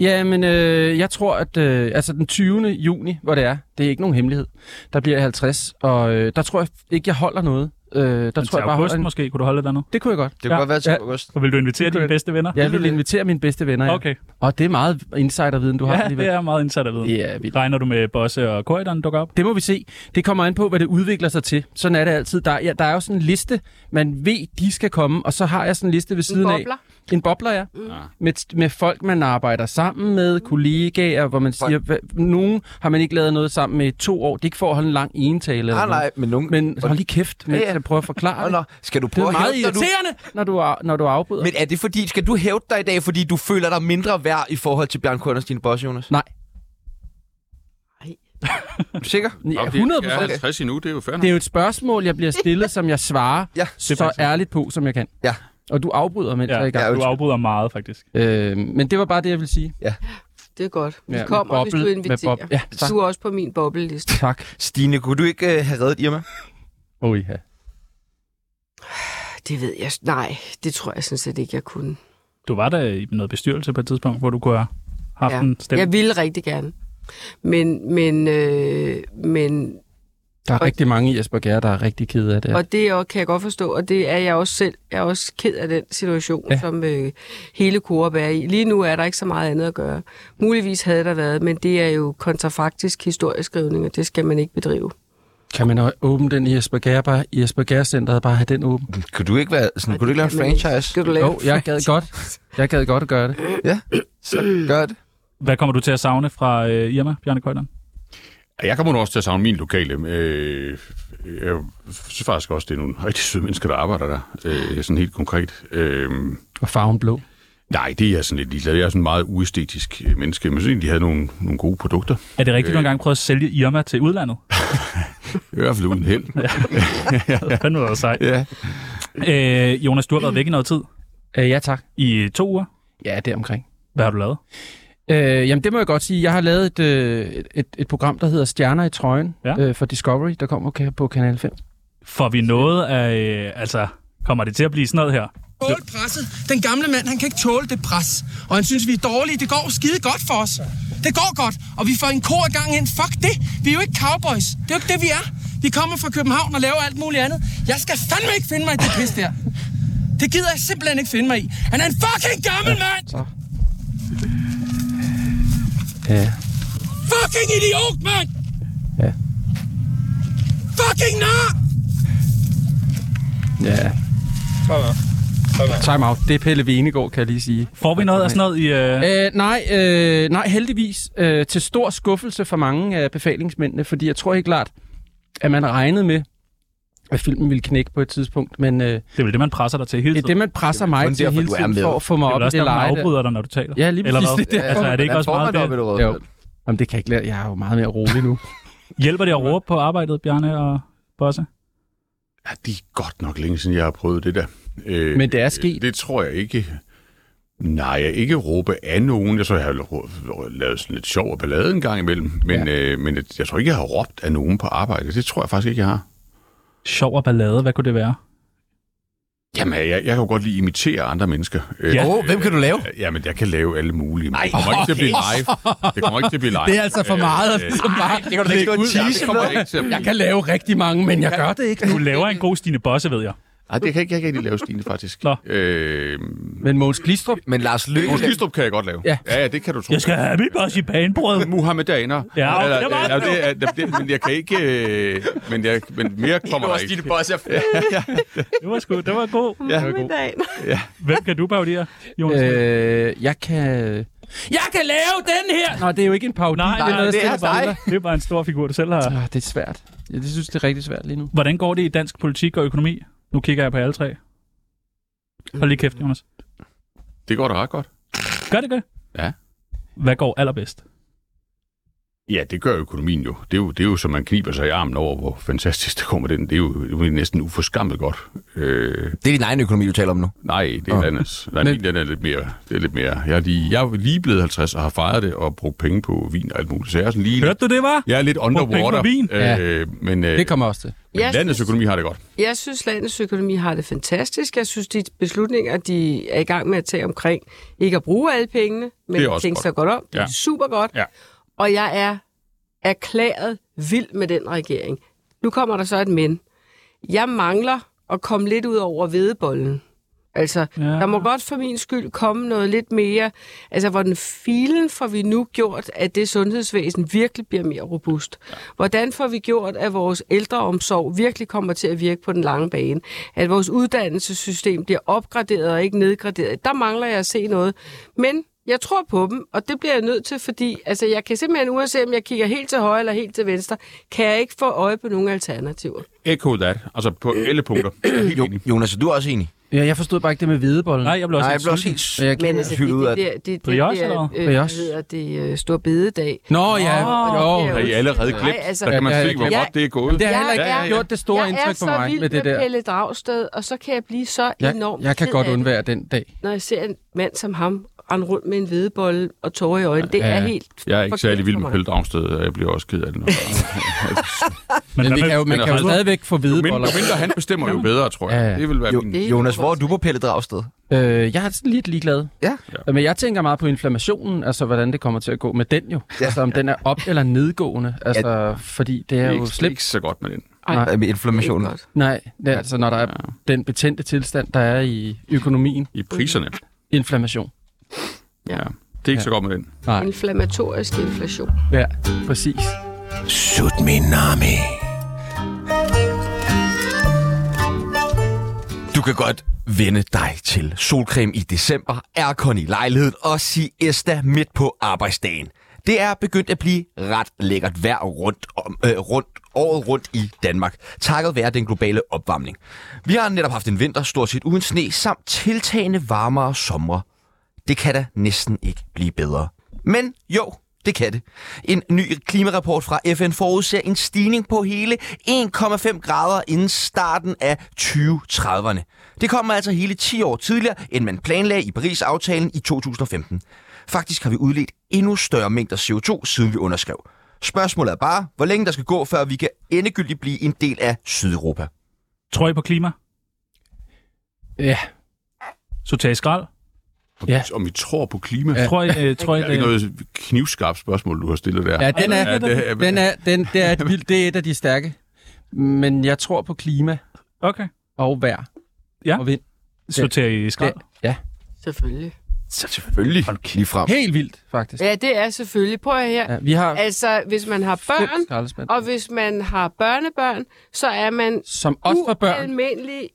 [SPEAKER 5] Ja, men øh, jeg tror, at øh, altså den 20. juni, hvor det er, det er ikke nogen hemmelighed, der bliver jeg 50, og øh, der tror jeg ikke, jeg holder noget. Øh, der
[SPEAKER 3] Men
[SPEAKER 5] tror
[SPEAKER 3] til
[SPEAKER 5] jeg bare,
[SPEAKER 3] august
[SPEAKER 5] holder en...
[SPEAKER 3] måske, kunne du holde et andet?
[SPEAKER 5] Det kunne jeg godt.
[SPEAKER 2] Det kunne
[SPEAKER 3] Ja.
[SPEAKER 2] godt være til
[SPEAKER 5] Ja.
[SPEAKER 2] august.
[SPEAKER 3] Og vil du invitere
[SPEAKER 5] Det kunne
[SPEAKER 3] dine bedste venner?
[SPEAKER 5] Jeg vil invitere mine bedste venner. Ja.
[SPEAKER 3] Okay.
[SPEAKER 5] Og det er meget insiderviden, du har
[SPEAKER 3] Ja,
[SPEAKER 5] alligevel.
[SPEAKER 3] det er meget indsat at vide.
[SPEAKER 5] Det er vildt.
[SPEAKER 3] Regner du med Bosse og Køjderen dukker op?
[SPEAKER 5] Det må vi se. Det kommer an på, hvad det udvikler sig til. Sådan er det altid. Der, ja, der er jo sådan en liste, man ved, de skal komme, og så har jeg sådan en liste ved siden
[SPEAKER 4] bobler.
[SPEAKER 5] af. En bobler. ja.
[SPEAKER 2] Ah.
[SPEAKER 5] Mm. Med, med folk, man arbejder sammen med, kollegaer, hvor man siger, hvad, nogen har man ikke lavet noget sammen med i to år. Det er ikke for at holde en lang entale. eller
[SPEAKER 2] Nej,
[SPEAKER 5] noget.
[SPEAKER 2] nej, men nogen...
[SPEAKER 5] Men hold lige kæft, mens
[SPEAKER 2] Ja, ja.
[SPEAKER 5] jeg prøver at forklare
[SPEAKER 2] Nå,
[SPEAKER 5] det.
[SPEAKER 2] nå, skal du
[SPEAKER 5] Det
[SPEAKER 2] prøve
[SPEAKER 5] er meget
[SPEAKER 2] at hævde dig nu?
[SPEAKER 5] irriterende, når du, er- når du afbryder.
[SPEAKER 2] Men er det fordi, skal du hævde dig i dag, fordi du føler dig mindre værd i forhold til Bjørn Kurt og Stine Bosse, Jonas?
[SPEAKER 5] Nej.
[SPEAKER 4] Nej.
[SPEAKER 2] Er du sikker?
[SPEAKER 5] Ja, 100
[SPEAKER 6] Jeg er 50 endnu, det er jo fair nok.
[SPEAKER 5] Det er jo et spørgsmål, jeg bliver stillet, som jeg svarer
[SPEAKER 2] Ja.
[SPEAKER 5] så ærligt på, som jeg kan.
[SPEAKER 2] Ja.
[SPEAKER 5] Og du afbryder, mens
[SPEAKER 3] Ja,
[SPEAKER 5] jeg er i gang.
[SPEAKER 2] Ja,
[SPEAKER 3] du afbryder meget, faktisk.
[SPEAKER 5] Øh, men det var bare det, jeg ville sige.
[SPEAKER 2] Ja.
[SPEAKER 4] det er godt. Vi
[SPEAKER 5] Ja, med
[SPEAKER 4] kommer, hvis du
[SPEAKER 5] boble- med
[SPEAKER 4] inviterer.
[SPEAKER 5] bob- ja, tak.
[SPEAKER 4] du er også på min bobleliste.
[SPEAKER 5] Tak.
[SPEAKER 2] Stine, kunne du ikke øh, have reddet Irma?
[SPEAKER 5] Oh, ja.
[SPEAKER 4] Det ved jeg. Nej, det tror jeg sådan set ikke, jeg kunne.
[SPEAKER 3] Du var der i noget bestyrelse på et tidspunkt, hvor du kunne have haft ja. en stemme.
[SPEAKER 4] Jeg ville rigtig gerne. Men, men, øh, men
[SPEAKER 5] Der er rigtig mange i Jesper Gær, der er rigtig kede af det.
[SPEAKER 4] Ja.
[SPEAKER 5] Og
[SPEAKER 4] Og det er også- kan jeg godt forstå, og det er jeg også selv. Jeg er også ked af den situation, ja. som øh, hele Coop er i. Lige nu er der ikke så meget andet at gøre. Muligvis havde der været, men det er jo kontrafaktisk historieskrivning, og det skal man ikke bedrive.
[SPEAKER 5] kan man også åbne den i Jesper Gær, bare, i Jesper Gær Centeret, bare have den åben?
[SPEAKER 2] Kunne du ikke, være, sådan, kunne du ikke lave en
[SPEAKER 4] Jamen,
[SPEAKER 2] franchise?
[SPEAKER 4] Skal du lave?
[SPEAKER 5] Jo, jeg gad godt. Jeg gad godt at gøre det.
[SPEAKER 2] Ja, så gør det.
[SPEAKER 3] Hvad kommer du til at savne fra øh, Irma, Bjarne Køjderen?
[SPEAKER 6] Jeg kommer nu også til at savne min lokale. Øh, jeg synes faktisk også, det er nogle rigtig søde mennesker, der arbejder der. Øh, sådan helt konkret. Øh,
[SPEAKER 5] Og farven blå.
[SPEAKER 6] nej, det er jeg sådan lidt ligeglad. Jeg er sådan en meget uæstetisk øh, menneske, men jeg synes egentlig, de havde nogle, nogle gode produkter.
[SPEAKER 3] Er det rigtigt, øh. du engang prøvede at sælge Irma til udlandet?
[SPEAKER 6] I hvert fald uden held.
[SPEAKER 3] Det fandme været sejt.
[SPEAKER 6] ja.
[SPEAKER 3] Øh, Jonas, du har været væk i noget tid.
[SPEAKER 5] Øh, ja, tak.
[SPEAKER 3] I to uger.
[SPEAKER 5] Ja, det omkring.
[SPEAKER 3] Hvad har du lavet?
[SPEAKER 5] Øh, jamen, det må jeg godt sige. Jeg har lavet et, øh, et- et, et program, der hedder Stjerner i trøjen
[SPEAKER 3] Ja.
[SPEAKER 5] ja. øh, for Discovery, der kommer ka- på Kanal 5.
[SPEAKER 3] Får vi noget af... Øh, altså, kommer det til at blive sådan noget her?
[SPEAKER 7] tåle presset. Den gamle mand, han kan ikke tåle det pres. Og han synes, vi er dårlige. Det går skide godt for os. Det går godt, og vi får en kor gang ind. Fuck det. Vi er jo ikke cowboys. Det er jo ikke det, vi er. Vi kommer fra København og laver alt muligt andet. Jeg skal fandme ikke finde mig i det pis der. Det gider jeg simpelthen ikke finde mig i. Han er en fucking gammel mand!
[SPEAKER 5] Ja.
[SPEAKER 7] Fucking idiot, mand!
[SPEAKER 5] Ja.
[SPEAKER 7] Fucking nar!
[SPEAKER 5] ja. Time out. Det er Pelle Venegård, kan jeg lige sige.
[SPEAKER 3] Får vi noget af sådan noget i... Øh,
[SPEAKER 5] Øh, nej, øh, nej, heldigvis. Øh, til stor skuffelse for mange af befalingsmændene, fordi jeg tror ikke klart, at man regnede med, at filmen ville knække på et tidspunkt, men øh,
[SPEAKER 3] det er vel det, man presser dig til hele
[SPEAKER 5] det er
[SPEAKER 3] tiden.
[SPEAKER 5] det, man presser
[SPEAKER 2] Det er
[SPEAKER 5] mig
[SPEAKER 2] kun
[SPEAKER 5] til
[SPEAKER 2] derfor,
[SPEAKER 5] hele
[SPEAKER 2] du er
[SPEAKER 5] tiden
[SPEAKER 2] med.
[SPEAKER 5] for at få mig
[SPEAKER 3] det er
[SPEAKER 5] op
[SPEAKER 3] vel også,
[SPEAKER 5] i
[SPEAKER 3] der
[SPEAKER 5] det
[SPEAKER 3] man
[SPEAKER 5] leje. der.
[SPEAKER 3] afbryder dig, når du taler.
[SPEAKER 5] Ja, lige
[SPEAKER 3] Eller
[SPEAKER 5] præcis.
[SPEAKER 3] hvad?
[SPEAKER 5] Det er
[SPEAKER 3] Altså, er det ikke
[SPEAKER 2] Hvordan
[SPEAKER 3] også
[SPEAKER 2] får
[SPEAKER 3] meget
[SPEAKER 2] man
[SPEAKER 3] det?
[SPEAKER 2] op i det?
[SPEAKER 5] Jo. Jamen, det kan jeg ikke lade. Jeg er jo meget mere rolig nu.
[SPEAKER 3] Hjælper det at råbe på arbejdet, Bjarne og Bosse?
[SPEAKER 6] Ja, det er godt nok længe siden, jeg har prøvet det der. Øh,
[SPEAKER 5] Men det er sket.
[SPEAKER 6] øh, Det tror jeg ikke. Nej, jeg er ikke råbe af nogen. Jeg tror, jeg har rå- lavet sådan lidt sjov og ballade en gang imellem. Men, ja. øh, men jeg tror ikke, jeg har råbt af nogen på arbejde. Det tror jeg faktisk ikke, jeg har.
[SPEAKER 3] Sjov og ballade, hvad kunne det være?
[SPEAKER 6] Jamen, jeg, jeg kan jo godt lide at imitere andre mennesker. Øh,
[SPEAKER 3] Ja.
[SPEAKER 6] ja.
[SPEAKER 2] Åh, oh, hvem kan du lave?
[SPEAKER 6] Jamen, jeg kan lave alle mulige. Nej, det kommer ikke til at blive live. Det kommer ikke til at blive live.
[SPEAKER 5] Det er altså for meget.
[SPEAKER 6] Øh,
[SPEAKER 5] at- bare
[SPEAKER 2] Det kan du da ikke
[SPEAKER 5] lægge
[SPEAKER 2] skrive en
[SPEAKER 5] ud.
[SPEAKER 2] teaser med.
[SPEAKER 6] ikke til at blive.
[SPEAKER 5] Jeg kan lave rigtig mange, men jeg gør det ikke.
[SPEAKER 3] Du laver en god Stine Bosse, ved jeg.
[SPEAKER 6] Nej, det kan ikke, jeg kan ikke rigtig lave, Stine, faktisk.
[SPEAKER 3] Nå.
[SPEAKER 6] Øh,
[SPEAKER 5] Men Mogens Glistrup,
[SPEAKER 2] Men Lars Løkke...
[SPEAKER 6] Mogens Glistrup kan jeg godt lave.
[SPEAKER 5] Ja.
[SPEAKER 6] ja, ja det kan du tro.
[SPEAKER 3] Jeg skal have mit boss i banebrød.
[SPEAKER 6] Muhammedaner.
[SPEAKER 3] Ja, det var
[SPEAKER 6] ja, det, er, det, det, men jeg kan ikke... Øh, men, jeg, men mere kommer der ikke.
[SPEAKER 2] Boss er
[SPEAKER 3] Det var sgu, det var god.
[SPEAKER 4] Middagen.
[SPEAKER 3] Hvem kan du parodere, Jonas? Øh,
[SPEAKER 5] øh, jeg kan... Jeg kan lave den her! Nå, det er jo ikke en parodi.
[SPEAKER 3] nej, nej,
[SPEAKER 5] noget,
[SPEAKER 3] det,
[SPEAKER 5] der
[SPEAKER 3] er
[SPEAKER 5] stiller
[SPEAKER 3] bare,
[SPEAKER 5] billeder.
[SPEAKER 3] det er bare en stor figur, du selv har.
[SPEAKER 5] Ah, det er svært. Ja, det synes det er rigtig svært lige nu.
[SPEAKER 3] Hvordan går det i dansk politik og økonomi? Nu kigger jeg på alle tre. Hold lige kæft, Jonas.
[SPEAKER 6] Det går da ret godt.
[SPEAKER 3] Gør det det?
[SPEAKER 6] Ja.
[SPEAKER 3] Hvad går allerbedst?
[SPEAKER 6] Ja, det gør økonomien jo. Det er jo, det er jo som man kniber sig i armen over, hvor fantastisk det kommer den. Det er jo, det er jo næsten uforskammet godt. Øh,
[SPEAKER 2] Det er din egen økonomi, du taler om nu.
[SPEAKER 6] nej, det er landets. Nej,
[SPEAKER 5] Men-
[SPEAKER 6] men... den er lidt mere. Det er lidt mere. Jeg er, lige, jeg er lige blevet 50 og har fejret det og brugt penge på vin og alt muligt. Så jeg er sådan lige...
[SPEAKER 3] Hørte du det, var?
[SPEAKER 6] Jeg er lidt
[SPEAKER 3] penge
[SPEAKER 6] underwater.
[SPEAKER 3] på vin?
[SPEAKER 6] Øh, men øh,
[SPEAKER 5] Det kommer også til.
[SPEAKER 6] men
[SPEAKER 4] Jeg
[SPEAKER 6] landets
[SPEAKER 4] synes-
[SPEAKER 6] økonomi har det godt.
[SPEAKER 4] Jeg synes, landets økonomi har det fantastisk. Jeg synes, de beslutninger, de er i gang med at tage omkring, ikke at bruge alle pengene,
[SPEAKER 6] Det er
[SPEAKER 4] men at
[SPEAKER 6] også
[SPEAKER 4] tænke
[SPEAKER 6] godt.
[SPEAKER 4] sig godt om, det er
[SPEAKER 6] Ja.
[SPEAKER 4] super godt.
[SPEAKER 6] Ja.
[SPEAKER 4] Og jeg er erklæret vild med den regering. Nu kommer der så et men. Jeg mangler at komme lidt ud over vedebollen. Altså, ja. der må godt for min skyld komme noget lidt mere. Altså, hvordan filen får vi nu gjort, at det sundhedsvæsen virkelig bliver mere robust? Hvordan får vi gjort, at vores ældreomsorg virkelig kommer til at virke på den lange bane? At vores uddannelsessystem bliver opgraderet og ikke nedgraderet? Der mangler jeg at se noget. Men jeg tror på dem, og det bliver jeg nødt til, fordi altså, jeg kan simpelthen, uanset om jeg kigger helt til højre eller helt til venstre, kan jeg ikke få øje på nogen alternativer.
[SPEAKER 6] Echo that. Altså på alle punkter. Jeg er helt enig.
[SPEAKER 2] Jonas, er du også enig?
[SPEAKER 5] Ja, jeg forstod bare ikke det med hvedebollen.
[SPEAKER 3] Nej, jeg blev også
[SPEAKER 2] Nej, jeg
[SPEAKER 3] helt
[SPEAKER 2] blev også
[SPEAKER 3] sulten.
[SPEAKER 2] helt
[SPEAKER 5] Og jeg
[SPEAKER 4] Men altså, det,
[SPEAKER 2] fyldt ud af
[SPEAKER 4] det,
[SPEAKER 2] det.
[SPEAKER 4] det, det, det, det,
[SPEAKER 3] Brioche,
[SPEAKER 4] der,
[SPEAKER 3] eller
[SPEAKER 4] øh, hvad
[SPEAKER 5] Brioche?
[SPEAKER 4] hedder det, øh, Stor Bededag.
[SPEAKER 5] Nå, ja.
[SPEAKER 4] Åh,
[SPEAKER 5] jo.
[SPEAKER 4] det
[SPEAKER 6] Har
[SPEAKER 4] er
[SPEAKER 6] I allerede
[SPEAKER 4] Nej,
[SPEAKER 6] glemt?
[SPEAKER 4] altså-
[SPEAKER 6] der kan man
[SPEAKER 5] Ja,
[SPEAKER 6] se,
[SPEAKER 5] ja,
[SPEAKER 6] hvor
[SPEAKER 4] ja.
[SPEAKER 6] godt det er gået.
[SPEAKER 5] Det har
[SPEAKER 4] Jeg-
[SPEAKER 5] heller ikke
[SPEAKER 4] jeg-
[SPEAKER 5] ja, gjort det store
[SPEAKER 4] jeg
[SPEAKER 5] indtryk
[SPEAKER 4] er
[SPEAKER 5] på mig
[SPEAKER 4] så vild
[SPEAKER 5] med det der.
[SPEAKER 4] Pelle Dragsted, og så kan jeg blive så
[SPEAKER 5] Jeg,
[SPEAKER 4] enormt
[SPEAKER 5] jeg kan
[SPEAKER 4] ked
[SPEAKER 5] godt
[SPEAKER 4] af det,
[SPEAKER 5] undvære den dag.
[SPEAKER 4] når jeg ser en mand som ham. rende rundt med en hvedebolle og tårer i øjnene. Det er helt
[SPEAKER 6] Jeg er ikke
[SPEAKER 4] forkert
[SPEAKER 6] særlig vild
[SPEAKER 4] for
[SPEAKER 6] med
[SPEAKER 4] mig.
[SPEAKER 6] Pelle Dragsted, og jeg bliver også ked af det. Når
[SPEAKER 3] Men,
[SPEAKER 5] Men vi kan jo, man
[SPEAKER 6] men
[SPEAKER 5] kan jo
[SPEAKER 6] altså-
[SPEAKER 5] stadigvæk få hvide
[SPEAKER 6] jo mindre,
[SPEAKER 5] boller.
[SPEAKER 6] jo mindre han bestemmer, jo bedre, tror jeg.
[SPEAKER 5] Ja, ja.
[SPEAKER 6] Det vil være
[SPEAKER 2] Jo.
[SPEAKER 6] min...
[SPEAKER 4] Det er
[SPEAKER 2] Jonas,
[SPEAKER 4] ikke
[SPEAKER 2] hvor er du på Pelle Dragsted?
[SPEAKER 5] Øh, jeg er sådan lidt ligeglad.
[SPEAKER 2] Ja.
[SPEAKER 5] ja. Men jeg tænker meget på inflammationen, altså hvordan det kommer til at gå med den jo. Ja. Altså om den er op- eller nedgående, altså ja. fordi det
[SPEAKER 6] Det
[SPEAKER 5] er
[SPEAKER 6] er
[SPEAKER 5] jo
[SPEAKER 6] ikke,
[SPEAKER 5] slemt.
[SPEAKER 6] ikke så godt med den.
[SPEAKER 4] Nej,
[SPEAKER 2] Ja, med
[SPEAKER 4] det er
[SPEAKER 2] inflammation.
[SPEAKER 4] ikke godt.
[SPEAKER 5] Nej, det er, altså når der er den betændte tilstand, der er i økonomien,
[SPEAKER 6] I priserne.
[SPEAKER 5] inflammation.
[SPEAKER 6] Ja. Det er ikke så godt med den.
[SPEAKER 5] Nej.
[SPEAKER 4] Inflammatorisk inflation.
[SPEAKER 5] Ja, præcis.
[SPEAKER 2] Du kan godt vende dig til solcreme i december, aircon i lejligheden og siesta midt på arbejdsdagen. Det er begyndt at blive ret lækkert vejr rundt, om, øh, rundt året rundt i Danmark, takket være den globale opvarmning. Vi har netop haft en vinter, stort set uden sne, samt tiltagende varmere sommer. Det kan da næsten ikke blive bedre. Men jo, det kan det. En ny klimarapport fra FN forudser en stigning på hele 1,5 grader inden starten af 2030'erne. Det kommer altså hele 10 år tidligere, end man planlagde i Paris-aftalen i 2015. Faktisk har vi udledt endnu større mængder CO2, siden vi underskrev. Spørgsmålet er bare, hvor længe der skal gå, før vi kan endegyldigt blive en del af Sydeuropa.
[SPEAKER 3] Tror I på klima?
[SPEAKER 5] Ja,
[SPEAKER 3] Så tag i skrald.
[SPEAKER 6] Om,
[SPEAKER 5] Ja.
[SPEAKER 6] om vi tror på klima.
[SPEAKER 3] Tror I, øh, tror I,
[SPEAKER 6] Det er ikke
[SPEAKER 3] øh,
[SPEAKER 6] noget knivskarpt spørgsmål, du har stillet der.
[SPEAKER 5] ja den er,
[SPEAKER 6] det er-
[SPEAKER 5] den er, den, det, er et, vildt- det er et af de stærke. Men jeg tror på klima
[SPEAKER 3] Okay.
[SPEAKER 5] og vejr
[SPEAKER 3] Ja.
[SPEAKER 5] og vind.
[SPEAKER 3] Sorter I skrald?
[SPEAKER 5] Det- Ja,
[SPEAKER 4] Selvfølgelig.
[SPEAKER 2] Selvfølgelig. Lige frem.
[SPEAKER 5] helt vildt faktisk.
[SPEAKER 4] Ja, det er selvfølgelig. Prøv at her.
[SPEAKER 5] Ja, vi har
[SPEAKER 4] Altså, hvis man har
[SPEAKER 5] fem
[SPEAKER 4] børn,
[SPEAKER 5] skraldespand.
[SPEAKER 4] og hvis man har børnebørn, så er man
[SPEAKER 5] Som også var børn.
[SPEAKER 4] ualmindelig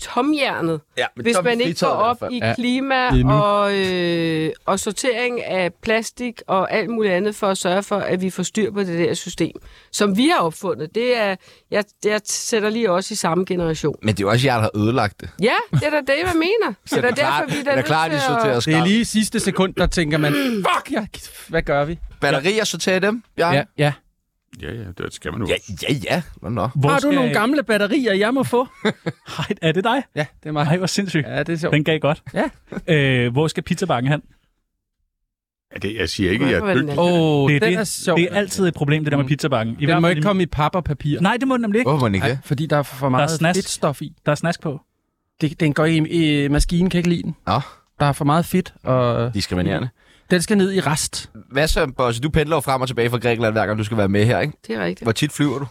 [SPEAKER 4] tomhjernet,
[SPEAKER 2] Ja, men
[SPEAKER 4] hvis
[SPEAKER 2] så er vi
[SPEAKER 4] man ikke går
[SPEAKER 2] fritaget i hvert
[SPEAKER 4] op
[SPEAKER 2] fald.
[SPEAKER 4] i
[SPEAKER 5] Ja,
[SPEAKER 4] klima
[SPEAKER 5] lige nu.
[SPEAKER 4] og, øh, og sortering af plastik og alt muligt andet for at sørge for, at vi får styr på det der system, som vi har opfundet. Det er, jeg, jeg sætter lige også i samme generation.
[SPEAKER 2] Men det er jo også jer, der har ødelagt det.
[SPEAKER 4] Ja, det er da det, jeg mener. Så det er derfor, vi er da
[SPEAKER 2] det er
[SPEAKER 4] nødt
[SPEAKER 2] klart, de
[SPEAKER 4] til at...
[SPEAKER 2] sorterer
[SPEAKER 5] Det er
[SPEAKER 2] skrald.
[SPEAKER 5] lige i sidste sekund, der tænker man, fuck, jeg, hvad gør vi?
[SPEAKER 2] Batterier, sorterer dem, Bjørn?
[SPEAKER 5] Ja, ja.
[SPEAKER 6] Ja, ja, det skal man jo.
[SPEAKER 2] Ja, ja, ja. Nå, nå.
[SPEAKER 3] Hvor
[SPEAKER 5] Har du
[SPEAKER 3] skal-
[SPEAKER 5] nogle gamle batterier, jeg må få?
[SPEAKER 3] Ej, er det dig?
[SPEAKER 5] Ja, det er mig.
[SPEAKER 3] Nej, hvor sindssygt.
[SPEAKER 5] Ja, det er sjovt.
[SPEAKER 3] Den gav godt.
[SPEAKER 5] Ja.
[SPEAKER 3] Øh, hvor skal pizzabakken hen?
[SPEAKER 6] Ja, det, jeg siger ikke, at jeg
[SPEAKER 4] Hvorfor
[SPEAKER 6] er
[SPEAKER 4] er den
[SPEAKER 6] dygtig.
[SPEAKER 4] der?
[SPEAKER 5] Åh, oh,
[SPEAKER 3] Det er,
[SPEAKER 5] den
[SPEAKER 3] det,
[SPEAKER 5] er sjov.
[SPEAKER 3] det er altid et problem, det der med
[SPEAKER 5] Mm.
[SPEAKER 3] pizzabakken. I
[SPEAKER 5] Den må
[SPEAKER 3] fald
[SPEAKER 5] ikke komme i pap og papir.
[SPEAKER 3] Nej, det må den nemlig ikke.
[SPEAKER 2] Hvorfor må man ikke
[SPEAKER 5] Nej,
[SPEAKER 2] det?
[SPEAKER 5] fordi der er for meget
[SPEAKER 3] snask.
[SPEAKER 5] fedtstof i.
[SPEAKER 3] Der er snask på.
[SPEAKER 5] Det, den går i, i maskinen, kan ikke lide den.
[SPEAKER 2] Nå.
[SPEAKER 5] Der er for meget fedt, og
[SPEAKER 2] Diskriminerende.
[SPEAKER 5] den skal ned i rest.
[SPEAKER 2] Hvad så, Bosse? Du pendler jo frem og tilbage fra Grækenland, hver gang du skal være med her, ikke?
[SPEAKER 4] Det er rigtigt.
[SPEAKER 2] Hvor tit flyver du?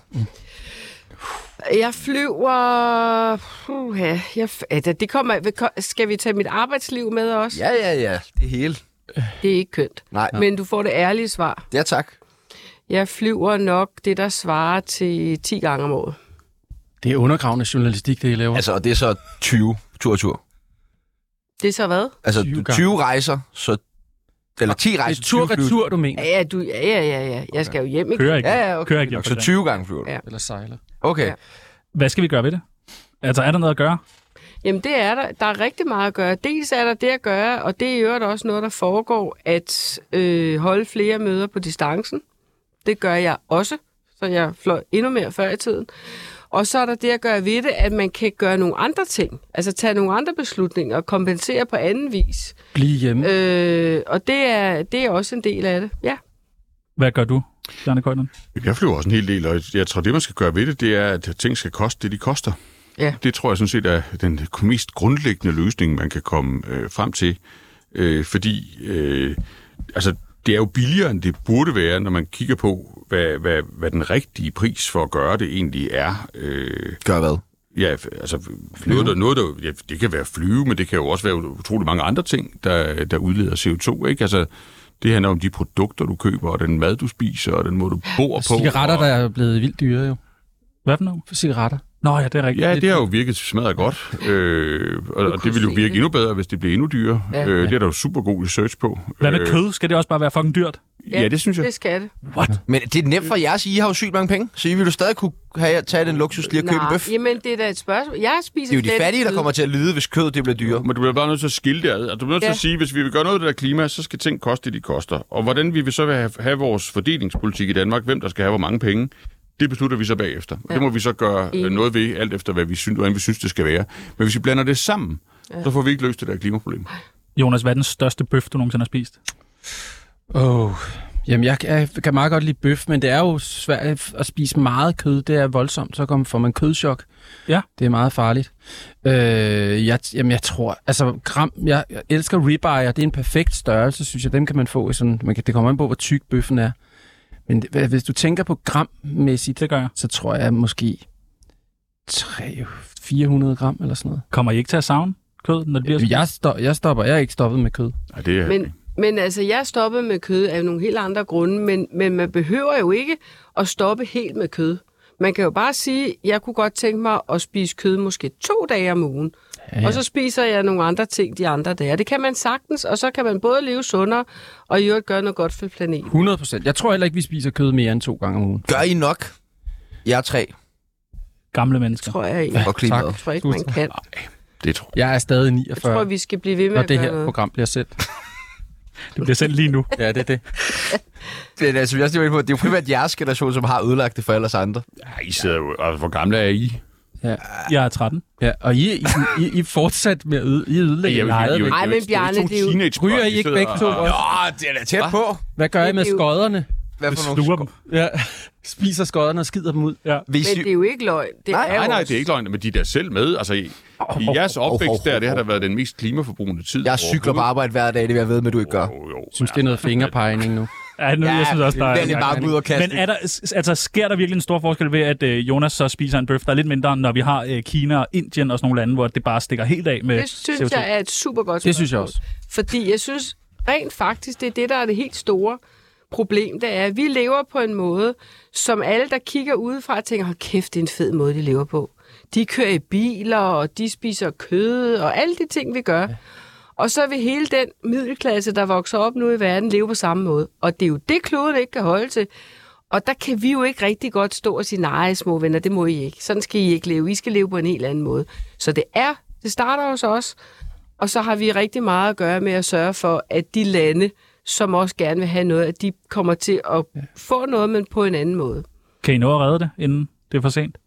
[SPEAKER 4] Jeg flyver... Puh, ja, jeg, f- altså, det kommer... Skal vi tage mit arbejdsliv med også?
[SPEAKER 2] Ja, ja, ja. Det hele.
[SPEAKER 4] Det er ikke kønt.
[SPEAKER 2] Nej.
[SPEAKER 4] Men du får det ærlige svar.
[SPEAKER 2] Ja, tak.
[SPEAKER 4] Jeg flyver nok det, der svarer til 10 gange om året.
[SPEAKER 5] Det er undergravende journalistik, det I laver.
[SPEAKER 2] Altså, og det er så 20 tur og tur.
[SPEAKER 4] Det er så hvad?
[SPEAKER 2] Altså,
[SPEAKER 5] 20
[SPEAKER 2] 20,
[SPEAKER 5] gange.
[SPEAKER 2] 20 rejser, så... Eller 10
[SPEAKER 5] det
[SPEAKER 2] rejser,
[SPEAKER 5] er tur-retur, du mener.
[SPEAKER 4] Ja, ja, du, ja, ja, ja, ja. Jeg skal jo hjem, ikke?
[SPEAKER 3] Kører ikke.
[SPEAKER 2] Ja, ja, okay.
[SPEAKER 3] Kører ikke hjem fra
[SPEAKER 2] flyver. Så
[SPEAKER 3] det.
[SPEAKER 2] 20 gange flyver du.
[SPEAKER 4] Ja.
[SPEAKER 5] Eller sejler.
[SPEAKER 2] Okay.
[SPEAKER 4] Ja.
[SPEAKER 3] Hvad skal vi gøre ved det? Altså, er der noget at gøre?
[SPEAKER 4] Jamen, det er der. Der er rigtig meget at gøre. Dels er der det at gøre, og det er i øvrigt også noget, der foregår, at øh, holde flere møder på distancen. Det gør jeg også, så jeg fløj endnu mere før i tiden. Og så er der det at gøre ved det, at man kan gøre nogle andre ting. Altså tage nogle andre beslutninger og kompensere på anden vis.
[SPEAKER 5] Bliv hjemme.
[SPEAKER 4] Øh, og det er, det er også en del af det, ja.
[SPEAKER 3] Hvad gør du, Bjarne Køjland?
[SPEAKER 6] Jeg flyver også en hel del, og jeg tror, det man skal gøre ved det, det er, at ting skal koste det, de koster.
[SPEAKER 4] Ja.
[SPEAKER 6] Det tror jeg sådan set er den mest grundlæggende løsning, man kan komme øh, frem til. Øh, fordi øh, altså, det er jo billigere, end det burde være, når man kigger på, hvad, hvad, hvad den rigtige pris for at gøre det egentlig er. Øh,
[SPEAKER 2] Gør hvad?
[SPEAKER 6] Ja, f- altså flyve. noget, der, noget der, ja, det kan være flyve, men det kan jo også være utrolig mange andre ting, der, der udleder CO2, ikke? Altså, det handler om de produkter, du køber, og den mad, du spiser, og den måde, du bor på.
[SPEAKER 5] Altså, Cigaretter,
[SPEAKER 6] og,
[SPEAKER 5] der er blevet vildt dyre jo.
[SPEAKER 3] Hvad for noget?
[SPEAKER 5] For cigaretter.
[SPEAKER 3] Nå ja, det er rigtigt.
[SPEAKER 6] Ja, det har jo virket smadret godt, øh, og, og det ville jo
[SPEAKER 4] se
[SPEAKER 6] virke
[SPEAKER 4] det.
[SPEAKER 6] endnu bedre, hvis det blev endnu dyrere. Ja, øh, det er der jo super god research på. Øh,
[SPEAKER 3] Hvad med kød? Skal det også bare være fucking dyrt?
[SPEAKER 6] Ja, det synes jeg.
[SPEAKER 4] Det skal det.
[SPEAKER 2] Men det er nemt for jer at sige, I har jo sygt mange penge, så I vil jo stadig kunne have, tage den luksus lige at købe en bøf. Det
[SPEAKER 4] jamen, det er da et spørgsmål. Jeg spiser
[SPEAKER 2] er jo de
[SPEAKER 4] slet
[SPEAKER 2] fattige, der
[SPEAKER 4] kød.
[SPEAKER 2] kommer til at lide, hvis kødet det bliver dyrere.
[SPEAKER 6] Men du bliver bare nødt til at skille det ad. Altså, Du bliver nødt til
[SPEAKER 4] Ja.
[SPEAKER 6] at sige, hvis vi vil gøre noget af det der klima, så skal ting koste det, de koster. Og hvordan vi vil så have, have vores fordelingspolitik i Danmark, hvem der skal have hvor mange penge, det beslutter vi så bagefter. Ja. Det må vi så gøre øh, noget ved, alt efter hvad vi synes, hvordan vi synes, det skal være. Men hvis vi blander det sammen, ja. så får vi ikke løst det der klimaproblem.
[SPEAKER 3] Jonas, hvad er den største bøf, du nogensinde har spist?
[SPEAKER 5] Oh. Jamen, jeg kan, jeg kan meget godt lide bøf, men det er jo svært at spise meget kød. Det er voldsomt. Så kommer får man kødchok.
[SPEAKER 3] Ja.
[SPEAKER 5] Det er meget farligt. Øh, jeg, jamen, jeg tror... Altså, gram... Jeg, jeg elsker ribeye. Det er en perfekt størrelse, synes jeg. Dem kan man få i sådan... Man kan, det kommer an på, hvor tyk bøffen er. Men det- hvad- hvis du tænker på grammæssigt,
[SPEAKER 3] Det gør jeg.
[SPEAKER 5] så tror jeg måske 300, 400 gram eller sådan noget.
[SPEAKER 3] Kommer I ikke til at savne kød, når det bliver sådan?
[SPEAKER 5] Jeg, sto- jeg stopper. Jeg er ikke stoppet med kød.
[SPEAKER 6] Nej, det er...
[SPEAKER 4] Men, men altså, jeg stoppede med kød af nogle helt andre grunde, men, men man behøver jo ikke at stoppe helt med kød. Man kan jo bare sige, jeg kunne godt tænke mig at spise kød måske to dage om ugen, ja, ja. og så spiser jeg nogle andre ting de andre dage. Og Det kan man sagtens, og så kan man både leve sundere og i øvrigt gøre noget godt for planeten.
[SPEAKER 5] 100 procent. Jeg tror heller ikke, vi spiser kød mere end to gange om ugen.
[SPEAKER 2] Gør I nok? Jeg er tre.
[SPEAKER 3] Gamle mennesker.
[SPEAKER 4] Tror jeg ikke,
[SPEAKER 2] Og klimaet.
[SPEAKER 4] tror ikke man kan.
[SPEAKER 6] Det tror
[SPEAKER 5] Jeg er stadig
[SPEAKER 4] Jeg
[SPEAKER 5] 49,
[SPEAKER 4] tror, vi skal blive ved med
[SPEAKER 5] når
[SPEAKER 4] at
[SPEAKER 5] det
[SPEAKER 4] gøre
[SPEAKER 5] her
[SPEAKER 4] noget.
[SPEAKER 5] program bliver sendt.
[SPEAKER 3] Det bliver sendt lige nu.
[SPEAKER 5] Ja, det er det.
[SPEAKER 2] Men altså, jeg er på, det er jo primært jeres generation, som har ødelagt det for alle os andre.
[SPEAKER 6] jeg. Ja, I sidder jo... Altså, hvor gamle er I?
[SPEAKER 3] Jeg er 13.
[SPEAKER 5] Ja, og I, I, I, I er fortsat med at øde, I ødelægge.
[SPEAKER 6] Jamen, I er jo
[SPEAKER 5] Hvad-
[SPEAKER 6] ikke-
[SPEAKER 4] Nej,
[SPEAKER 6] I er
[SPEAKER 4] men
[SPEAKER 6] jo ikke-
[SPEAKER 4] Bjarne,
[SPEAKER 6] I to
[SPEAKER 4] det er jo-
[SPEAKER 6] teenagebørn,
[SPEAKER 5] Ryger I
[SPEAKER 6] I
[SPEAKER 5] ikke
[SPEAKER 6] sidder
[SPEAKER 5] begge to?
[SPEAKER 6] og-
[SPEAKER 5] også?
[SPEAKER 2] Åh, det er da tæt på.
[SPEAKER 5] Hvad gør I med
[SPEAKER 4] det er jo-
[SPEAKER 5] skodderne?
[SPEAKER 2] Hvad for nogle
[SPEAKER 3] Sluger dem.
[SPEAKER 5] Ja, spiser skodderne og skider dem ud.
[SPEAKER 2] Hvis
[SPEAKER 4] Men det er jo ikke løgn. Det
[SPEAKER 2] Nej,
[SPEAKER 4] er jo
[SPEAKER 6] Nej, nej,
[SPEAKER 4] også-
[SPEAKER 6] det er ikke løgn, men de er da selv med. Altså, i, i jeres opvækst der, det har da været den mest klimaforbrugende tid.
[SPEAKER 2] Jeg cykler på arbejde hver dag, det vil jeg ved med, du ikke gør.
[SPEAKER 6] Jo, jo.
[SPEAKER 5] Jeg synes, det er noget fingerpegning nu.
[SPEAKER 3] Ja, nu, jeg synes også, der
[SPEAKER 2] det er lidt
[SPEAKER 3] er...
[SPEAKER 2] bare ud og kaste.
[SPEAKER 3] Men er der, s- altså, sker der virkelig en stor forskel ved, at øh, Jonas så spiser en bøf, der er lidt mindre, når vi har øh, Kina og Indien og sådan nogle lande, hvor det bare stikker helt af med
[SPEAKER 4] Det synes
[SPEAKER 3] CO2?
[SPEAKER 4] jeg er et super godt
[SPEAKER 5] Det synes jeg også.
[SPEAKER 4] Fordi jeg synes rent faktisk, det er det, der er det helt store problem, det er, at vi lever på en måde, som alle, der kigger udefra, tænker, hold kæft, det er en fed måde, de lever på. De kører i biler, og de spiser kød, og alle de ting, vi gør. Og så vil hele den middelklasse, der vokser op nu i verden, leve på samme måde. Og det er jo det, kloden ikke kan holde til. Og der kan vi jo ikke rigtig godt stå og sige, nej, små venner, det må I ikke. Sådan skal I ikke leve. I skal leve på en helt anden måde. Så det er, det starter hos os, og så har vi rigtig meget at gøre med at sørge for, at de lande, som også gerne vil have noget, at de kommer til at få noget, men på en anden måde.
[SPEAKER 3] Kan I nå at redde det, inden det er for sent?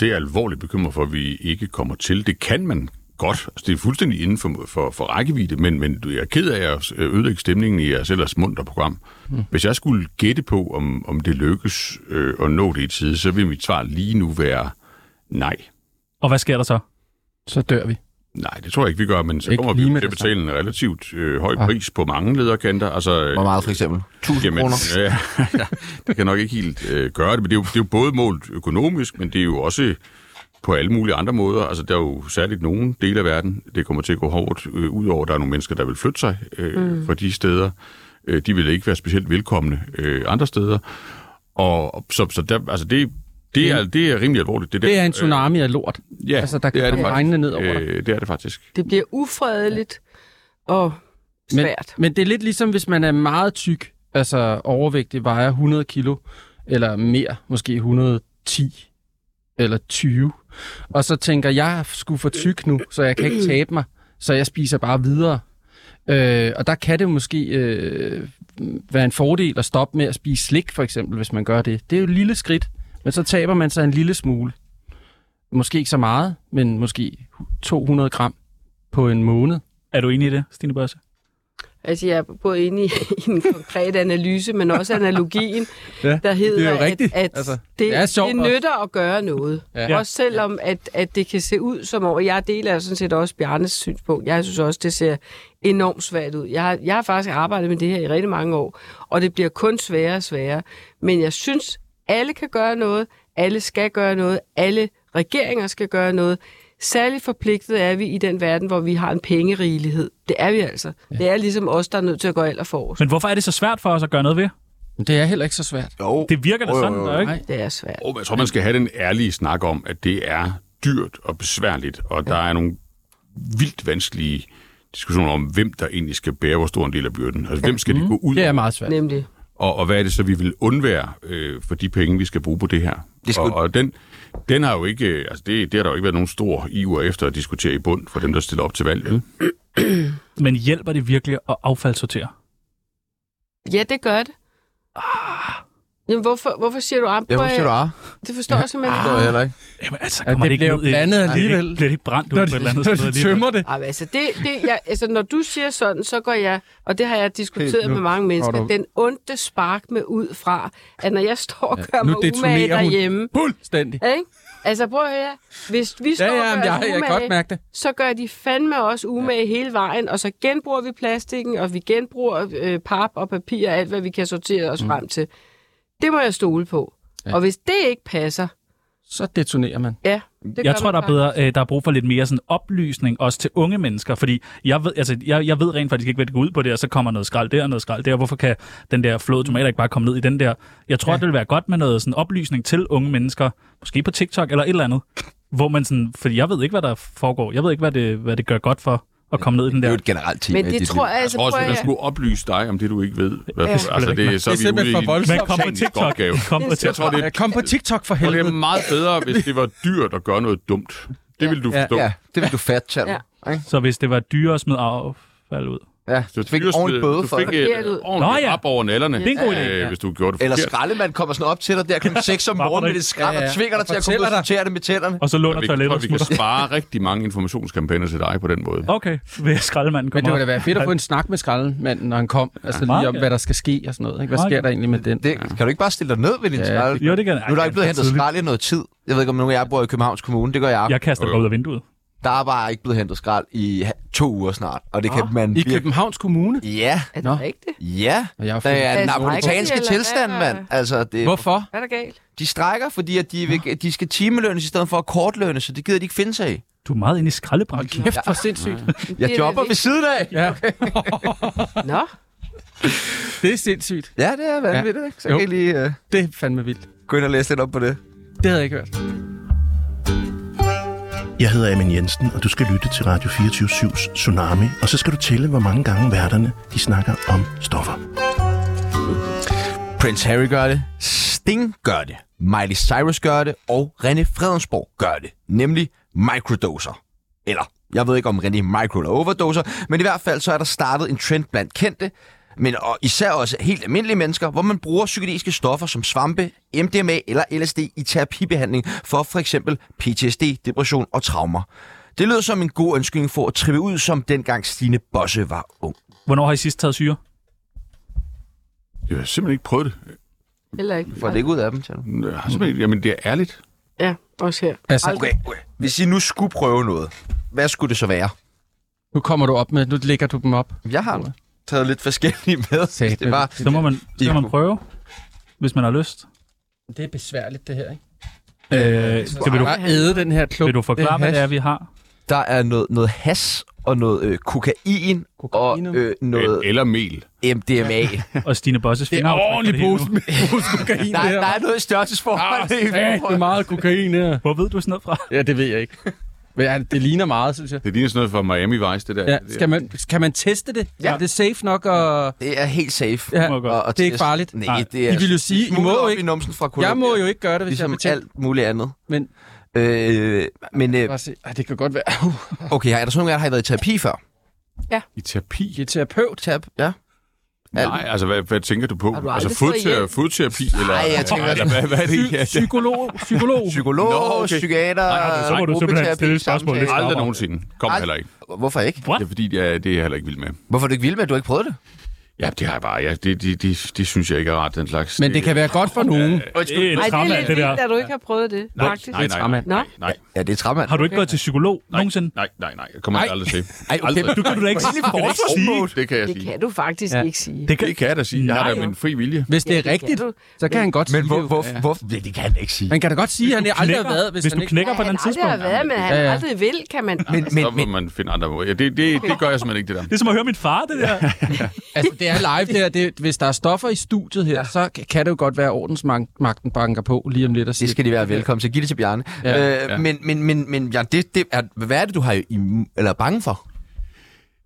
[SPEAKER 6] Det er jeg alvorligt bekymret for, at vi ikke kommer til. Det kan man godt. Altså, det er fuldstændig inden for, for, for rækkevidde, men, men jeg er ked af at ødelægge stemningen i jeres ellers munter program. Mm. Hvis jeg skulle gætte på, om, om det lykkes øh, at nå det i tide, så vil mit svar lige nu være nej.
[SPEAKER 3] Og hvad sker der så?
[SPEAKER 5] Så dør vi.
[SPEAKER 6] Nej, det tror jeg ikke, vi gør, men så
[SPEAKER 5] Ikke
[SPEAKER 6] ikke kommer vi
[SPEAKER 5] lige
[SPEAKER 6] jo
[SPEAKER 5] med
[SPEAKER 6] til at
[SPEAKER 5] det samme. Ah.
[SPEAKER 6] betale en relativt øh, høj pris på mange lederkanter. Altså, øh,
[SPEAKER 2] Hvor meget for eksempel? 1000 kroner.
[SPEAKER 6] Ja, ja, det kan nok ikke helt øh, gøre det, men det er, jo, det er jo både målt økonomisk, men det er jo også på alle mulige andre måder. Altså, der er jo særligt nogle dele af verden, det kommer til at gå hårdt øh, ud over. Der er nogle mennesker, der vil flytte sig øh, mm. fra de steder. Øh, de vil ikke være specielt velkomne øh, andre steder. Og og så, så der, altså det, det, er, det er rimelig alvorligt. Det, der.
[SPEAKER 5] Det er en tsunami af lort.
[SPEAKER 6] øh, ja,
[SPEAKER 5] altså, der kan
[SPEAKER 6] det er
[SPEAKER 5] komme
[SPEAKER 6] det
[SPEAKER 5] regnende ned over dig.
[SPEAKER 6] faktisk. Øh, det er det faktisk.
[SPEAKER 4] Det bliver ufredeligt og
[SPEAKER 5] Men,
[SPEAKER 4] svært.
[SPEAKER 5] men det er lidt ligesom, hvis man er meget tyk, altså overvægtig, vejer 100 kilo, eller mere, måske 110 eller 20, og så tænker, jeg skulle for tyk nu, så jeg kan ikke tabe mig, så jeg spiser bare videre. Øh, og der kan det måske øh, være en fordel at stoppe med at spise slik, for eksempel, hvis man gør det. Det er jo et lille skridt, men så taber man sig en lille smule. Måske ikke så meget, men måske 200 gram på en måned.
[SPEAKER 3] Er du enig i det, Stine Børse?
[SPEAKER 4] Altså, jeg er både inde i, i en konkret analyse, men også analogien,
[SPEAKER 5] Ja,
[SPEAKER 4] der
[SPEAKER 5] det er
[SPEAKER 4] hedder,
[SPEAKER 5] jo rigtigt.
[SPEAKER 4] at, at
[SPEAKER 5] Altså,
[SPEAKER 4] altså,
[SPEAKER 5] det
[SPEAKER 4] det,
[SPEAKER 5] er
[SPEAKER 4] det,
[SPEAKER 5] sjovt
[SPEAKER 4] det
[SPEAKER 5] også.
[SPEAKER 4] nytter at gøre noget.
[SPEAKER 5] Ja.
[SPEAKER 4] Ja. Også selvom, at, at det kan se ud som om, og jeg deler sådan set også Bjarnes synspunkt, jeg synes også, det ser enormt svært ud. Jeg har, jeg har faktisk arbejdet med det her i rigtig mange år, og det bliver kun sværere og sværere. Men jeg synes, alle kan gøre noget, alle skal gøre noget, alle regeringer skal gøre noget. Særligt forpligtet er vi i den verden, hvor vi har en pengerigelighed. Det er vi altså. Ja. Det er ligesom os, der er nødt til at gå aller forrest.
[SPEAKER 3] Men hvorfor er det så svært for os at gøre noget ved?
[SPEAKER 5] Men det er heller ikke så svært.
[SPEAKER 2] Jo.
[SPEAKER 3] Det virker da
[SPEAKER 2] Jo, jo,
[SPEAKER 3] sådan,
[SPEAKER 2] jo.
[SPEAKER 3] der, ikke?
[SPEAKER 5] Nej.
[SPEAKER 4] Det er svært.
[SPEAKER 6] Og jeg tror, man skal have den ærlige snak om, at det er dyrt og besværligt, og der er nogle vildt vanskelige diskussioner om, hvem der egentlig skal bære hvor stor en del af byrden. Altså, hvem skal det gå ud
[SPEAKER 5] Det er
[SPEAKER 6] over,
[SPEAKER 5] meget svært.
[SPEAKER 4] Nemlig.
[SPEAKER 6] og, og hvad er det så, vi vil undvære øh, for de penge, vi skal bruge på det her? Det skal... og, og den, den har jo ikke, øh, altså det, det har der jo ikke været nogen stor iver efter at diskutere i bund for dem, der stiller op til valg.
[SPEAKER 4] Altså,
[SPEAKER 6] vel?
[SPEAKER 3] Men hjælper det virkelig at affaldssortere?
[SPEAKER 4] Ja, det gør det. Jamen, hvorfor, hvorfor siger du
[SPEAKER 2] Jeg
[SPEAKER 4] Abba?
[SPEAKER 2] forstår du, ah.
[SPEAKER 4] Det forstår jeg simpelthen
[SPEAKER 2] Det var
[SPEAKER 4] ikke.
[SPEAKER 2] heller ikke.
[SPEAKER 3] Jamen, altså,
[SPEAKER 5] Ja,
[SPEAKER 3] kommer
[SPEAKER 5] det
[SPEAKER 3] ikke
[SPEAKER 5] bliver jo
[SPEAKER 3] ned i-
[SPEAKER 5] blandet
[SPEAKER 3] Bliver det ikke-
[SPEAKER 5] alligevel.
[SPEAKER 3] Bliver det ikke brændt ud
[SPEAKER 5] Når
[SPEAKER 3] på et eller andet
[SPEAKER 5] de, når
[SPEAKER 3] sted?
[SPEAKER 5] de
[SPEAKER 3] alligevel?
[SPEAKER 5] tømmer det.
[SPEAKER 4] Ej, men altså, det, det, jeg, altså, når du siger sådan, så går jeg, og det har jeg diskuteret
[SPEAKER 5] nu
[SPEAKER 4] med mange mennesker,
[SPEAKER 5] går du-
[SPEAKER 4] den onde spark med ud fra, at når jeg står og gør
[SPEAKER 5] nu
[SPEAKER 4] mig umage
[SPEAKER 5] detonerer hun.
[SPEAKER 4] derhjemme,
[SPEAKER 5] Fuldstændig.
[SPEAKER 4] ikke? Altså prøv at høre, hvis vi står
[SPEAKER 5] Ja,
[SPEAKER 4] og
[SPEAKER 5] ja,
[SPEAKER 4] gør
[SPEAKER 5] men jeg,
[SPEAKER 4] os
[SPEAKER 5] jeg kan
[SPEAKER 4] umage,
[SPEAKER 5] godt mærke det.
[SPEAKER 4] så gør de fandme også umage ja. hele vejen, og så genbruger vi plastikken, og vi genbruger øh, pap og papir og alt, hvad vi kan sortere os mm. frem til. Det må jeg stole på. Ja. Og hvis det ikke passer,
[SPEAKER 5] Så detonerer man.
[SPEAKER 4] ja, det gør
[SPEAKER 3] Jeg tror,
[SPEAKER 4] man
[SPEAKER 3] der er,
[SPEAKER 4] faktisk.
[SPEAKER 3] bedre, øh, der er brug for lidt mere sådan oplysning, også til unge mennesker, fordi jeg ved, altså, jeg, jeg ved rent faktisk ikke, hvad det går ud på der, så kommer noget skrald der og noget skrald der. Hvorfor kan den der flåde tomater ikke bare komme ned i den der? Jeg tror, ja. det vil være godt med noget sådan oplysning til unge mennesker, måske på TikTok eller et eller andet, hvor man sådan, fordi jeg ved ikke, hvad der foregår. Jeg ved ikke, hvad det, hvad det gør godt for at komme ned i den
[SPEAKER 2] Det er
[SPEAKER 3] der.
[SPEAKER 2] jo et generelt tema
[SPEAKER 4] Men
[SPEAKER 2] i
[SPEAKER 4] det
[SPEAKER 2] dit
[SPEAKER 4] tror
[SPEAKER 2] liv.
[SPEAKER 4] jeg
[SPEAKER 6] Jeg
[SPEAKER 4] altså,
[SPEAKER 6] tror
[SPEAKER 4] prøv
[SPEAKER 6] også,
[SPEAKER 4] at
[SPEAKER 6] at man
[SPEAKER 4] høre.
[SPEAKER 6] skulle oplyse dig om det, du ikke ved. Hvad,
[SPEAKER 4] Ja.
[SPEAKER 6] Altså, det, så
[SPEAKER 5] Det er
[SPEAKER 6] er vi
[SPEAKER 5] simpelthen
[SPEAKER 6] ude i
[SPEAKER 5] for
[SPEAKER 6] en
[SPEAKER 3] Men
[SPEAKER 5] voldsomt.
[SPEAKER 3] kom på
[SPEAKER 6] teknisk
[SPEAKER 3] TikTok.
[SPEAKER 6] opgave.
[SPEAKER 3] Kom på
[SPEAKER 4] Det er
[SPEAKER 6] Jeg
[SPEAKER 3] TikTok.
[SPEAKER 6] tror, det er,
[SPEAKER 5] Øh, Kom på TikTok for
[SPEAKER 6] og det
[SPEAKER 5] helvede.
[SPEAKER 6] er meget bedre, hvis det var dyrt at gøre noget dumt. Det ville du
[SPEAKER 5] Ja.
[SPEAKER 6] forstå.
[SPEAKER 2] Ja, det vil du fat, Tjern.
[SPEAKER 4] Ja.
[SPEAKER 2] Ja.
[SPEAKER 3] Så hvis det var dyre at smide affald ud.
[SPEAKER 2] ja.
[SPEAKER 6] Så
[SPEAKER 2] Du fik en ordentlig bøde for
[SPEAKER 6] Du fik
[SPEAKER 2] det.
[SPEAKER 6] et
[SPEAKER 4] Forkert ud.
[SPEAKER 3] Nå
[SPEAKER 6] ordentligt
[SPEAKER 3] ja.
[SPEAKER 6] op over nallerne,
[SPEAKER 3] Det er en god idé.
[SPEAKER 6] øh, hvis du gjorde det
[SPEAKER 2] Eller
[SPEAKER 6] forkert.
[SPEAKER 2] skraldemand kommer sådan op til dig der kl. 6 om
[SPEAKER 3] Bare for
[SPEAKER 2] morgenen med
[SPEAKER 3] dig.
[SPEAKER 2] det skrald og
[SPEAKER 5] Ja, ja.
[SPEAKER 2] tvinger dig
[SPEAKER 5] Og
[SPEAKER 2] til at komme
[SPEAKER 5] fortæller
[SPEAKER 2] ud og
[SPEAKER 5] dig.
[SPEAKER 2] sortere det med tænderne.
[SPEAKER 3] Og så låner
[SPEAKER 6] Jeg tror,
[SPEAKER 3] toilettet
[SPEAKER 6] vi kan
[SPEAKER 3] smutter.
[SPEAKER 6] spare rigtig mange informationskampagner til dig på den måde.
[SPEAKER 3] Okay, ved at skraldemanden
[SPEAKER 5] Men
[SPEAKER 3] kommer
[SPEAKER 5] det ville
[SPEAKER 3] op.
[SPEAKER 5] da være fedt at få en snak med skraldemanden, når han kom. Altså
[SPEAKER 3] meget
[SPEAKER 5] lige om,
[SPEAKER 3] gerne.
[SPEAKER 5] hvad der skal ske og sådan noget. Ikke? Hvad
[SPEAKER 3] Meget
[SPEAKER 5] sker der egentlig med den?
[SPEAKER 2] Det, kan du ikke bare stille dig ned ved din
[SPEAKER 5] Ja,
[SPEAKER 2] skrald?
[SPEAKER 3] Jo, det kan jeg.
[SPEAKER 2] Nu er der ikke blevet hentet
[SPEAKER 3] Tidligt.
[SPEAKER 2] skrald i noget tid. Jeg ved ikke, om nogen af jer bor i Københavns Kommune. Det gør jeg.
[SPEAKER 3] Jeg kaster det bare ud af vinduet.
[SPEAKER 2] Der er bare ikke blevet hentet skrald i ha- to uger snart. Og det kan man
[SPEAKER 5] I
[SPEAKER 2] virkelig-
[SPEAKER 5] Københavns Kommune?
[SPEAKER 2] Ja,
[SPEAKER 4] Er det
[SPEAKER 5] Nå.
[SPEAKER 4] rigtigt?
[SPEAKER 2] ja.
[SPEAKER 5] Og jeg er
[SPEAKER 2] Der er
[SPEAKER 4] Altså,
[SPEAKER 2] den napolitanske
[SPEAKER 4] strejker de, eller
[SPEAKER 2] tilstand,
[SPEAKER 4] hvad?
[SPEAKER 2] mand. Altså, det,
[SPEAKER 5] Hvorfor?
[SPEAKER 4] Hvad er der galt?
[SPEAKER 2] de strækker, fordi at de, vil, de skal timelønnes i stedet for at kortlønnes, så det gider de ikke finde sig i.
[SPEAKER 3] Du er meget inde i skraldebranchen.
[SPEAKER 5] Kæft, for sindssygt.
[SPEAKER 2] Jeg jobber ved siden af.
[SPEAKER 5] Ja,
[SPEAKER 4] Nå,
[SPEAKER 5] det er sindssygt.
[SPEAKER 2] Ja, det er vanvittigt. ikke? Så kan
[SPEAKER 5] Jo.
[SPEAKER 2] I lige uh,
[SPEAKER 5] Det er fandme vildt.
[SPEAKER 2] gå ind og læse lidt op på det.
[SPEAKER 5] Det havde jeg ikke hørt.
[SPEAKER 8] Jeg hedder Amin Jensen, og du skal lytte til Radio 24-7's Tsunami, og så skal du tælle, hvor mange gange værterne de snakker om stoffer.
[SPEAKER 2] Prince Harry gør det, Sting gør det, Miley Cyrus gør det, og René Fredensborg gør det. Nemlig microdoser. Eller, jeg ved ikke om René micro eller overdoser, men i hvert fald så er der startet en trend blandt kendte, men og især også helt almindelige mennesker, hvor man bruger psykedeliske stoffer som svampe, MDMA eller LSD i terapibehandling for for eksempel PTSD, depression og traumer. Det lyder som en god ønskning for at trippe ud, som dengang Stine Bosse var ung.
[SPEAKER 3] Hvornår har I sidst taget syre?
[SPEAKER 6] Jeg har simpelthen ikke prøvet det.
[SPEAKER 4] heller ikke.
[SPEAKER 2] Får det ikke ud af dem, Tjerno?
[SPEAKER 6] Jeg har simpelthen, ikke- jamen, det er ærligt.
[SPEAKER 4] Ja, også her.
[SPEAKER 5] Altså,
[SPEAKER 2] Okay, okay. Hvis I nu skulle prøve noget, hvad skulle det så være?
[SPEAKER 5] nu kommer du op med, nu lægger du dem op.
[SPEAKER 2] Jeg har taget lidt forskellige med.
[SPEAKER 5] Satan.
[SPEAKER 2] Det var,
[SPEAKER 3] Så må man, så må man prøve, hvis man har lyst.
[SPEAKER 5] Øh, Det er besværligt, det her, ikke?
[SPEAKER 3] Øh, så vil, du,
[SPEAKER 5] Bare æde den her klub.
[SPEAKER 3] vil du forklare, hvad det er, vi har?
[SPEAKER 2] der er noget, noget has og noget øh, kokain
[SPEAKER 5] Kokain.
[SPEAKER 2] og øh, noget
[SPEAKER 6] Eller mel.
[SPEAKER 5] øh.
[SPEAKER 2] MDMA.
[SPEAKER 3] Og Stine Bosses
[SPEAKER 5] Det er
[SPEAKER 3] fingeraftryk på
[SPEAKER 5] ordentligt
[SPEAKER 3] det hele
[SPEAKER 5] pose med pose kokain,
[SPEAKER 2] der,
[SPEAKER 5] det her.
[SPEAKER 2] der er noget i
[SPEAKER 5] Ah.
[SPEAKER 2] størrelsesforhold. i
[SPEAKER 5] Ja, det er
[SPEAKER 2] forhold.
[SPEAKER 5] meget kokain her.
[SPEAKER 3] nu. Hvor ved du sådan noget fra?
[SPEAKER 5] Ja, det ved jeg ikke. Men ja, det ligner meget, synes jeg.
[SPEAKER 6] Det ligner sådan noget fra Miami Vice, det der.
[SPEAKER 5] Ja,
[SPEAKER 6] Det
[SPEAKER 5] skal man, kan man teste det? Ja. Er det safe nok? Og,
[SPEAKER 2] det er helt safe.
[SPEAKER 5] ja,
[SPEAKER 3] må godt.
[SPEAKER 2] Og, og
[SPEAKER 5] det er ikke
[SPEAKER 2] test-
[SPEAKER 5] farligt.
[SPEAKER 2] Nej,
[SPEAKER 3] Nej.
[SPEAKER 2] det er
[SPEAKER 5] I vil jo sige, I
[SPEAKER 2] smuglet
[SPEAKER 5] må jo
[SPEAKER 2] op
[SPEAKER 5] ikke-
[SPEAKER 2] i numsen fra Colombia,
[SPEAKER 5] Jeg må jo ikke gøre det, hvis
[SPEAKER 2] ligesom
[SPEAKER 5] jeg er betjent.
[SPEAKER 2] alt muligt andet.
[SPEAKER 5] Men
[SPEAKER 2] Øh, men øh,
[SPEAKER 5] bare se. Ej, det kan godt være. Uh,
[SPEAKER 2] okay, er der sådan nogle af jer, der har I været i terapi før?
[SPEAKER 6] I terapi?
[SPEAKER 5] I er terapeut.
[SPEAKER 2] Tab, ja.
[SPEAKER 6] Nej, altså hvad, hvad tænker du på?
[SPEAKER 4] Har du
[SPEAKER 6] altså
[SPEAKER 4] aldrig fået
[SPEAKER 6] fodterapi,
[SPEAKER 4] hjælp?
[SPEAKER 6] fodterapi eller,
[SPEAKER 2] Nej, jeg tænker-
[SPEAKER 6] eller hvad, hvad er det? Ja, det
[SPEAKER 5] Psykolog. Psykolog.
[SPEAKER 2] Psykolog,
[SPEAKER 6] Nå, okay.
[SPEAKER 2] psykiater,
[SPEAKER 6] Nej, så
[SPEAKER 3] må du simpelthen
[SPEAKER 2] gruppeterapi,
[SPEAKER 3] stille et spørgsmål.
[SPEAKER 2] samtale.
[SPEAKER 3] Det er
[SPEAKER 6] aldrig nogensinde. Kommer
[SPEAKER 2] Ald-
[SPEAKER 6] heller ikke.
[SPEAKER 2] Hvorfor ikke?
[SPEAKER 6] Det er fordi, jeg, det er jeg heller ikke vild med.
[SPEAKER 2] Hvorfor er du ikke vild med, at du har ikke prøvet det?
[SPEAKER 6] Ja, det har jeg bare. Ja, det, det, det, det, synes jeg ikke er rart, den slags.
[SPEAKER 5] Men det kan være godt for nogen.
[SPEAKER 3] Det er
[SPEAKER 4] Ej,
[SPEAKER 3] et
[SPEAKER 4] det er
[SPEAKER 3] trauma,
[SPEAKER 4] lidt
[SPEAKER 3] det der.
[SPEAKER 4] vildt, at du ikke har prøvet det,
[SPEAKER 6] Nej,
[SPEAKER 4] faktisk.
[SPEAKER 6] nej, nej, nej,
[SPEAKER 5] Tramand.
[SPEAKER 6] nej, nej,
[SPEAKER 2] Ja, det er træmand.
[SPEAKER 3] Har du ikke gået til psykolog nogensinde?
[SPEAKER 6] nej, nej, nej, jeg kommer jeg
[SPEAKER 5] Ej.
[SPEAKER 6] aldrig til.
[SPEAKER 2] Ej, okay,
[SPEAKER 6] Aldrig.
[SPEAKER 3] Du kan du da ikke sige.
[SPEAKER 6] Det kan jeg
[SPEAKER 4] Det
[SPEAKER 6] sige.
[SPEAKER 4] kan du faktisk
[SPEAKER 5] Ja.
[SPEAKER 4] ikke sige.
[SPEAKER 3] Det kan,
[SPEAKER 6] Det kan jeg da sige. Jeg har da
[SPEAKER 4] Nej.
[SPEAKER 6] min fri vilje.
[SPEAKER 5] Hvis det
[SPEAKER 4] Ja,
[SPEAKER 5] er
[SPEAKER 4] det kan
[SPEAKER 5] rigtigt,
[SPEAKER 4] du.
[SPEAKER 5] så kan han godt sige
[SPEAKER 2] Men hvor,
[SPEAKER 5] det.
[SPEAKER 2] hvor,
[SPEAKER 5] Ja.
[SPEAKER 2] hvor, det, det kan han ikke sige.
[SPEAKER 5] Man kan da godt sige, at han aldrig har været, hvis,
[SPEAKER 3] hvis
[SPEAKER 5] han
[SPEAKER 3] du
[SPEAKER 5] ikke...
[SPEAKER 3] knækker på den
[SPEAKER 4] han aldrig
[SPEAKER 3] tidspunkt.
[SPEAKER 4] har været, men han
[SPEAKER 5] Ja, ja.
[SPEAKER 4] aldrig vil, kan man. Altså,
[SPEAKER 2] Men, men,
[SPEAKER 6] Så må
[SPEAKER 2] men,
[SPEAKER 6] man finde andre måder. Ja, det, det, det gør jeg simpelthen ikke, det der.
[SPEAKER 3] Det er som at høre min far, det der.
[SPEAKER 5] Altså, det er live der. Det, hvis der er stoffer i studiet her, så kan det jo godt være, at ordensmagten banker på lige om lidt og siger...
[SPEAKER 2] det skal de være velkommen til. Giv det til Bjarne.
[SPEAKER 5] Ja,
[SPEAKER 2] øh, Men, men, men, men ja, det, det er, hvad er det, du har i, eller er bange for?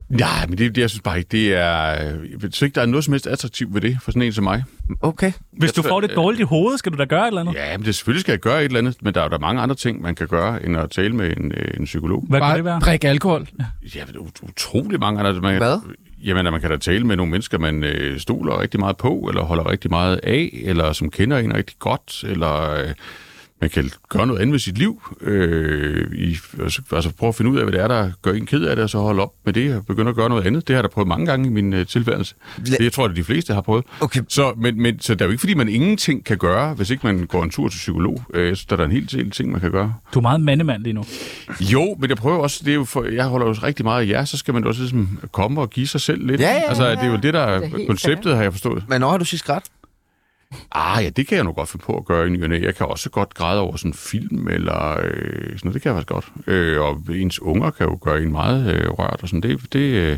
[SPEAKER 6] Nej, men det, det, jeg synes bare ikke, det er... Jeg synes ikke, der er noget som helst attraktivt ved det, for sådan en som mig.
[SPEAKER 2] Okay.
[SPEAKER 3] Hvis du får det dårligt i hovedet, skal du da gøre et eller andet.
[SPEAKER 6] Ja, men det selvfølgelig skal jeg gøre et eller andet, men der er jo der mange andre ting, man kan gøre, end at tale med en, øh, en psykolog.
[SPEAKER 3] Hvad kan det
[SPEAKER 5] Bare
[SPEAKER 3] være?
[SPEAKER 5] drikke alkohol.
[SPEAKER 6] Ja, men det er ut- utrolig mange andre. Man,
[SPEAKER 2] Hvad?
[SPEAKER 6] Jamen, at man kan da tale med nogle mennesker, man øh, stoler rigtig meget på, eller holder rigtig meget af, eller som kender en rigtig godt, eller øh, man kan gøre noget andet med sit liv. Øh, i, altså, altså prøve at finde ud af, hvad det er, der gør en ked af det, og så holde op med det, og begynde at gøre noget andet. Det har jeg da prøvet mange gange i min øh, tilværelse. Det, jeg tror, det de fleste har prøvet.
[SPEAKER 2] Okay.
[SPEAKER 6] Så, men, men, så det er jo ikke, fordi man ingenting kan gøre, hvis ikke man går en tur til psykolog. Øh, så der er der en hel del ting, man kan gøre.
[SPEAKER 3] Du er meget mandemand lige nu.
[SPEAKER 6] Jo, men jeg prøver også, det er jo for, jeg holder jo rigtig meget af jer, så skal man også ligesom komme og give sig selv lidt.
[SPEAKER 2] Ja, ja,
[SPEAKER 6] altså, det er jo det, der
[SPEAKER 4] Det er
[SPEAKER 6] er
[SPEAKER 4] helt
[SPEAKER 6] konceptet, har jeg forstået.
[SPEAKER 2] Men når har du sidst grædt?
[SPEAKER 6] Ah, ja, det kan jeg nu godt finde på at gøre i ny og næ. Jeg kan også godt græde over sådan en film, eller øh, sådan noget, det kan jeg faktisk godt. Øh, og ens unger kan jo gøre en meget øh, rørt, og sådan det. det øh,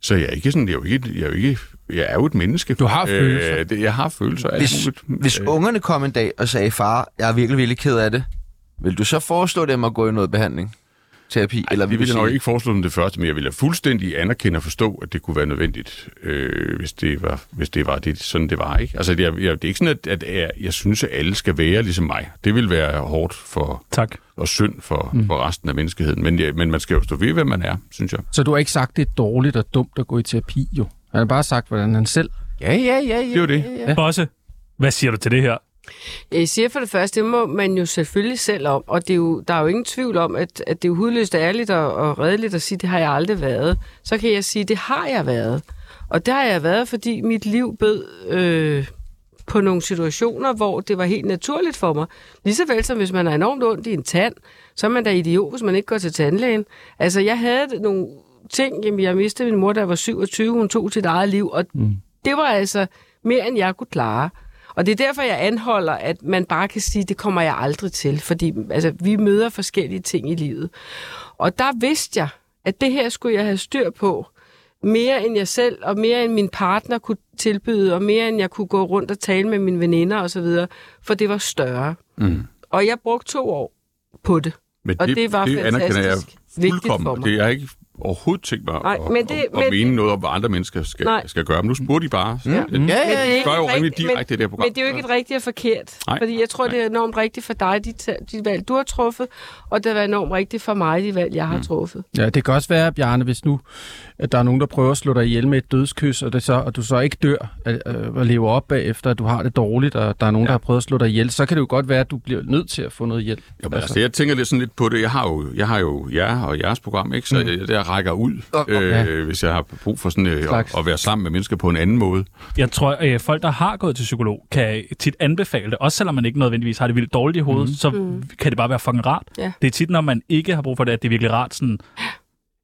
[SPEAKER 6] så jeg er ikke sådan, jeg er jo ikke, jeg er jo ikke, jeg er jo et menneske.
[SPEAKER 5] Du har følelser.
[SPEAKER 6] Øh, det, jeg har følelser. alt
[SPEAKER 2] Hvis,
[SPEAKER 6] muligt.
[SPEAKER 2] hvis
[SPEAKER 6] Øh,
[SPEAKER 2] ungerne kom en dag og sagde, far, jeg er virkelig, virkelig ked af det, vil du så foreslå dem at gå i noget behandling? Terapi?
[SPEAKER 6] Ej, eller det
[SPEAKER 2] vil
[SPEAKER 6] ville
[SPEAKER 2] du
[SPEAKER 6] jeg nok
[SPEAKER 2] sige-
[SPEAKER 6] ikke foreslå som det første, men jeg ville fuldstændig anerkende og forstå, at det kunne være nødvendigt, øh, hvis det var, hvis det var det, sådan det var. Ikke? Altså, det er, jeg, det er ikke sådan, at, at jeg, jeg synes, at alle skal være ligesom mig. Det vil være hårdt for,
[SPEAKER 3] Tak.
[SPEAKER 6] og synd for, mm. for resten af menneskeheden, men, ja, men man skal jo stå ved, hvem man er, synes jeg.
[SPEAKER 5] Så du har ikke sagt, det er dårligt og dumt at gå i terapi, jo. Han har bare sagt, hvordan han selv...
[SPEAKER 2] Ja, ja, ja,
[SPEAKER 6] Det er
[SPEAKER 2] ja.
[SPEAKER 6] jo det.
[SPEAKER 3] Ja. Bosse, hvad siger du til det her?
[SPEAKER 4] Jeg Øh, siger for det første, det må man jo selvfølgelig selv om, og det er jo, der er jo ingen tvivl om, at, at det er jo hudløst ærligt og, og redeligt at sige, det har jeg aldrig været. Så kan jeg sige, det har jeg været. Og det har jeg været, fordi mit liv bød øh, på nogle situationer, hvor det var helt naturligt for mig. Lige så vel som hvis man har enormt ondt i en tand, så er man da idiot, hvis man ikke går til tandlægen. Altså, jeg havde nogle ting, jamen jeg mistede min mor, da jeg var 27, hun tog sit eget liv, og mm. det var altså mere, end jeg kunne klare. Og det er derfor, jeg anholder, at man bare kan sige, det kommer jeg aldrig til, fordi altså, vi møder forskellige ting i livet. Og der vidste jeg, at det her skulle jeg have styr på, mere end jeg selv, og mere end min partner kunne tilbyde, og mere end jeg kunne gå rundt og tale med mine veninder osv., for det var større. Mm. Og jeg brugte to år på det.
[SPEAKER 6] Men
[SPEAKER 4] Og det var
[SPEAKER 6] det anerkender jeg
[SPEAKER 4] fantastisk vigtigt for
[SPEAKER 6] fuldkommen.
[SPEAKER 4] mig.
[SPEAKER 6] Det er ikke overhovedet tænkt mig
[SPEAKER 4] Nej,
[SPEAKER 6] at,
[SPEAKER 4] men det-
[SPEAKER 6] at, at
[SPEAKER 4] men-
[SPEAKER 6] mene noget om, hvad andre mennesker skal,
[SPEAKER 4] Nej.
[SPEAKER 6] skal gøre. Men nu spurgte I bare. Mm.
[SPEAKER 2] Ja,
[SPEAKER 4] Men
[SPEAKER 2] ja,
[SPEAKER 4] det
[SPEAKER 2] ja.
[SPEAKER 4] er ikke
[SPEAKER 6] spørger jo
[SPEAKER 4] et
[SPEAKER 6] rimelig
[SPEAKER 4] rigtigt-
[SPEAKER 6] direkte i det her program.
[SPEAKER 4] Men det er jo ikke et rigtigt og forkert.
[SPEAKER 6] Nej.
[SPEAKER 4] Nej. Fordi jeg tror, det er enormt rigtigt for dig, de, ta- de valg, du har truffet, og det var enormt rigtigt for mig, de valg,
[SPEAKER 6] Mm.
[SPEAKER 4] jeg har truffet.
[SPEAKER 5] Ja, det kan også være, Bjarne, hvis nu at der er nogen, der prøver at slå dig ihjel med et dødskys, og, det så, og du så ikke dør øh, øh, og lever op bagefter, at du har det dårligt, og der er nogen, ja. der har prøvet at slå dig ihjel, så kan det jo godt være, at du bliver nødt til at få noget hjælp.
[SPEAKER 6] Jamen, altså. altså, jeg tænker lidt sådan lidt på det. Jeg har jo, jeg har jo jer og jeres program, ikke? så mm. jeg, jeg rækker ud, øh, ja. hvis jeg har brug for sådan, øh, at,
[SPEAKER 5] Slags.
[SPEAKER 6] at være sammen med mennesker på en anden måde.
[SPEAKER 3] Jeg tror, at folk, der har gået til psykolog, kan tit anbefale det. Også selvom man ikke nødvendigvis har det vildt dårligt i hovedet, mm. så kan det bare være fucking rart.
[SPEAKER 4] Mhm. Ja.
[SPEAKER 3] Det er tit, når man ikke har brug for det, at det er virkelig rart. Sådan,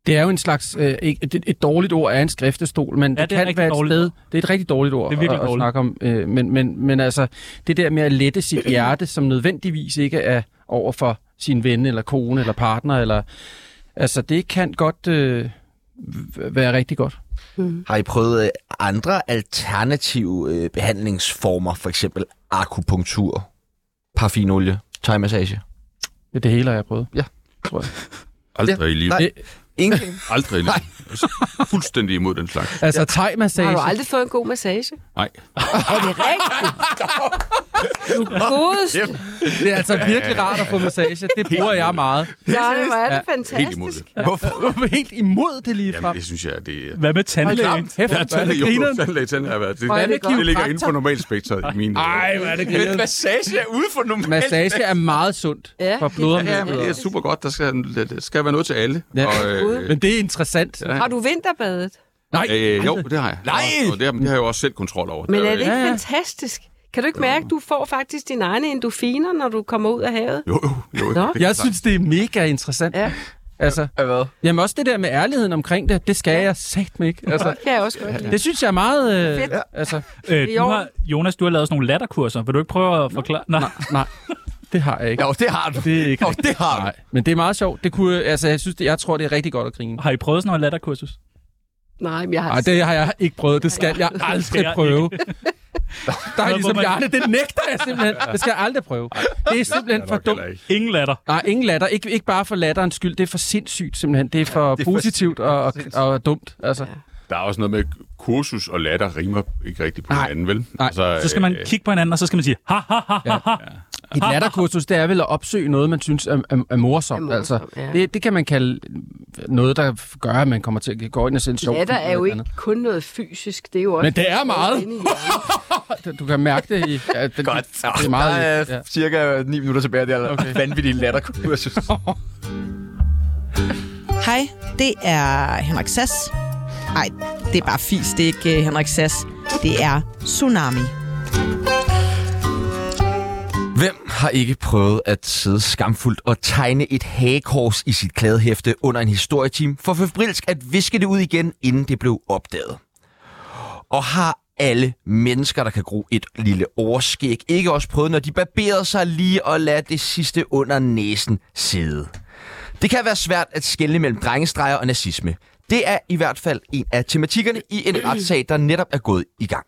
[SPEAKER 5] Det er jo en slags... Øh, ikke- et, et dårligt ord er en skriftestol, men
[SPEAKER 3] Ja,
[SPEAKER 5] ja, det,
[SPEAKER 3] det er et
[SPEAKER 5] det kan
[SPEAKER 3] rigtig
[SPEAKER 5] være et
[SPEAKER 3] dårligt
[SPEAKER 5] sted...
[SPEAKER 3] ord.
[SPEAKER 5] Det er et rigtig dårligt ord
[SPEAKER 3] Det er virkelig
[SPEAKER 5] at, at
[SPEAKER 3] dårligt.
[SPEAKER 5] snakke om. Øh, men, men, men altså, det der med at lette sit hjerte, som nødvendigvis ikke er over for sin ven, eller kone, eller partner, eller... Altså, det kan godt øh, v- være rigtig godt.
[SPEAKER 2] Har I prøvet øh, andre alternative øh, behandlingsformer, for eksempel akupunktur, parfinolie, thai-massage?
[SPEAKER 5] Ja, det hele har jeg prøvet.
[SPEAKER 6] Aldrig ja. i livet.
[SPEAKER 2] Nej. Ingen.
[SPEAKER 6] Aldrig i livet. Altså, fuldstændig imod den slags.
[SPEAKER 5] Altså, thai-massage...
[SPEAKER 4] Har du aldrig fået en god massage?
[SPEAKER 6] Nej.
[SPEAKER 4] Er det rigtigt? du godeste.
[SPEAKER 5] Det er altså virkelig rart at få massage. Det bruger jeg meget.
[SPEAKER 4] Nej, hvor er det
[SPEAKER 6] Helt imod det.
[SPEAKER 4] fantastisk.
[SPEAKER 5] Hvorfor helt imod det lige
[SPEAKER 6] Jamen,
[SPEAKER 5] frem?
[SPEAKER 6] det synes jeg, det er...
[SPEAKER 3] hvad med tandlægen?
[SPEAKER 5] Kæft, hvor
[SPEAKER 6] Ja,
[SPEAKER 5] er det
[SPEAKER 6] tandlæge, jo,
[SPEAKER 5] grineren.
[SPEAKER 6] tandlæge, tandlæge har været. Det,
[SPEAKER 4] Hvor er det
[SPEAKER 6] det,
[SPEAKER 4] godt.
[SPEAKER 6] det ligger inde på normalspektret i min... Ej,
[SPEAKER 5] hvor er det
[SPEAKER 2] En massage er ude for normalt.
[SPEAKER 5] Massage er meget sundt
[SPEAKER 4] Ja,
[SPEAKER 5] for
[SPEAKER 4] det
[SPEAKER 6] ja, men det er
[SPEAKER 5] blodomløbet.
[SPEAKER 6] super godt. Der skal, der skal være noget til alle.
[SPEAKER 5] Ja.
[SPEAKER 6] Og, øh,
[SPEAKER 5] Men det er interessant.
[SPEAKER 4] Har du vinterbadet?
[SPEAKER 5] Nej,
[SPEAKER 6] øh, jo, det har jeg.
[SPEAKER 2] Nej!
[SPEAKER 6] Og, og det, har, det har jeg jo også selv kontrol over.
[SPEAKER 4] Men
[SPEAKER 6] Der-
[SPEAKER 4] er det ikke
[SPEAKER 5] Øh, Ja, ja.
[SPEAKER 4] fantastisk? Kan du ikke mærke, at du får faktisk dine egne endofiner, når du kommer ud af havet?
[SPEAKER 6] Jo, jo.
[SPEAKER 4] Nå.
[SPEAKER 6] det-
[SPEAKER 5] jeg synes, det er mega interessant.
[SPEAKER 4] Ja.
[SPEAKER 5] Altså,
[SPEAKER 2] Hvad?
[SPEAKER 5] jamen også det der med ærligheden omkring det, det skal jeg sagt mig ikke. Altså,
[SPEAKER 4] Det kan jeg også godt lide.
[SPEAKER 5] det synes jeg er meget... Øh,
[SPEAKER 4] Fedt.
[SPEAKER 5] altså,
[SPEAKER 3] Øh,
[SPEAKER 4] i
[SPEAKER 3] du
[SPEAKER 4] orden.
[SPEAKER 3] har, Jonas, du har lavet sådan nogle latterkurser. Vil du ikke prøve at forklare? Nej.
[SPEAKER 5] nej, det har jeg ikke.
[SPEAKER 2] Jo, det har du.
[SPEAKER 5] Det er ikke
[SPEAKER 2] Jo,
[SPEAKER 5] rigtigt.
[SPEAKER 2] det har du.
[SPEAKER 5] Nej, men det er meget sjovt. Det kunne, altså, jeg, synes, det, jeg tror, det er rigtig godt at grine.
[SPEAKER 3] Har I prøvet sådan noget latterkursus?
[SPEAKER 4] Nej, men jeg har
[SPEAKER 5] Nej, det har jeg ikke prøvet. Det skal jeg
[SPEAKER 3] skal
[SPEAKER 5] aldrig
[SPEAKER 3] jeg
[SPEAKER 5] prøve. Der er
[SPEAKER 3] Noget, hvor
[SPEAKER 5] ligesom
[SPEAKER 3] man-
[SPEAKER 5] Bjarne, det nægter jeg simpelthen. Det skal jeg aldrig prøve. Det er simpelthen for dumt.
[SPEAKER 3] Ingen latter.
[SPEAKER 5] Nej, ingen latter. Ikke, ikke bare for latterens skyld. Det er for sindssygt simpelthen. Det er for positivt og, og, og dumt. Altså.
[SPEAKER 6] Der er også noget med kursus og latter rimer ikke rigtigt på
[SPEAKER 5] Nej.
[SPEAKER 6] hinanden, vel?
[SPEAKER 5] Nej,
[SPEAKER 3] Så skal man
[SPEAKER 6] øh,
[SPEAKER 3] kigge på hinanden, og så skal man sige, ha, ha, ha, ha, ha.
[SPEAKER 5] Et latterkursus, det er vel at opsøge noget, man synes er, er, er morsomt.
[SPEAKER 4] Er morsomt,
[SPEAKER 5] altså,
[SPEAKER 4] ja.
[SPEAKER 5] det, det kan man kalde noget, der gør, at man kommer til at gå ind og se en sjov.
[SPEAKER 4] Latter
[SPEAKER 5] film
[SPEAKER 4] er jo
[SPEAKER 5] eller
[SPEAKER 4] ikke
[SPEAKER 5] andet.
[SPEAKER 4] kun noget fysisk, det er jo også...
[SPEAKER 5] Men det er meget.
[SPEAKER 4] Inde i hjernen.
[SPEAKER 5] Du kan mærke det i... Ja, det, Godt. Det er
[SPEAKER 2] Der
[SPEAKER 5] meget...
[SPEAKER 2] er
[SPEAKER 5] Ja.
[SPEAKER 2] cirka 9 minutter tilbage af det her okay. vanvittige latterkursus.
[SPEAKER 9] Hej, det er Henrik Sass. Nej, det er bare fis, det er ikke øh, Henrik Sass. Det er Tsunami.
[SPEAKER 2] Hvem har ikke prøvet at sidde skamfuldt og tegne et hagekors i sit kladehæfte under en historieteam for forbrilsk at viske det ud igen, inden det blev opdaget? Og har alle mennesker, der kan gro et lille overskæg, ikke også prøvet, når de barberede sig lige og lade det sidste under næsen sidde? Det kan være svært at skelne mellem drengestreger og nazisme. Det er i hvert fald en af tematikkerne i en retssag, der netop er gået i gang.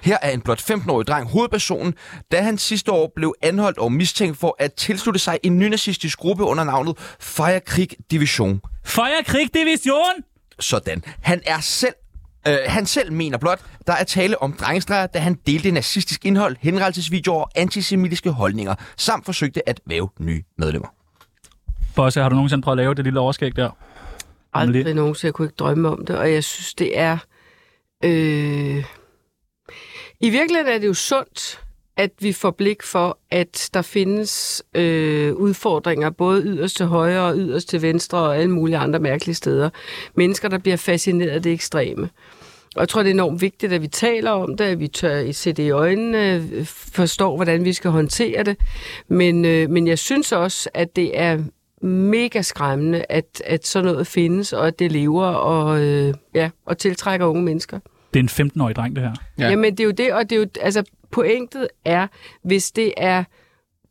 [SPEAKER 2] Her er en blot 15-årig dreng hovedpersonen, da han sidste år blev anholdt og mistænkt for at tilslutte sig en nynazistisk gruppe under navnet Feierkrig Division.
[SPEAKER 3] Feuerkrieg-division!
[SPEAKER 2] Sådan. Han er selv Øh, han selv mener blot, der er tale om drengestreger, da han delte nazistisk indhold, henrettelsesvideoer og antisemitiske holdninger, samt forsøgte at væve nye medlemmer.
[SPEAKER 3] Bosse, har du nogensinde prøvet at lave det lille overskæg der?
[SPEAKER 4] aldrig nogensinde. Jeg kunne ikke drømme om det, og jeg synes, det er... Øh... I virkeligheden er det jo sundt, at vi får blik for, at der findes øh, udfordringer både yderst til højre og yderst til venstre og alle mulige andre mærkelige steder. Mennesker, der bliver fascineret af det ekstreme. Og jeg tror, det er enormt vigtigt, at vi taler om det, at vi tør i se det i øjnene, øh, forstår, hvordan vi skal håndtere det. Men, øh, men jeg synes også, at det er mega skræmmende, at, at sådan noget findes, og at det lever og, øh, ja, og tiltrækker unge mennesker.
[SPEAKER 3] Det er en 15-årig dreng, det her.
[SPEAKER 5] Ja.
[SPEAKER 4] Ja. Jamen, det er jo det, og det er jo, altså, pointet er, hvis det er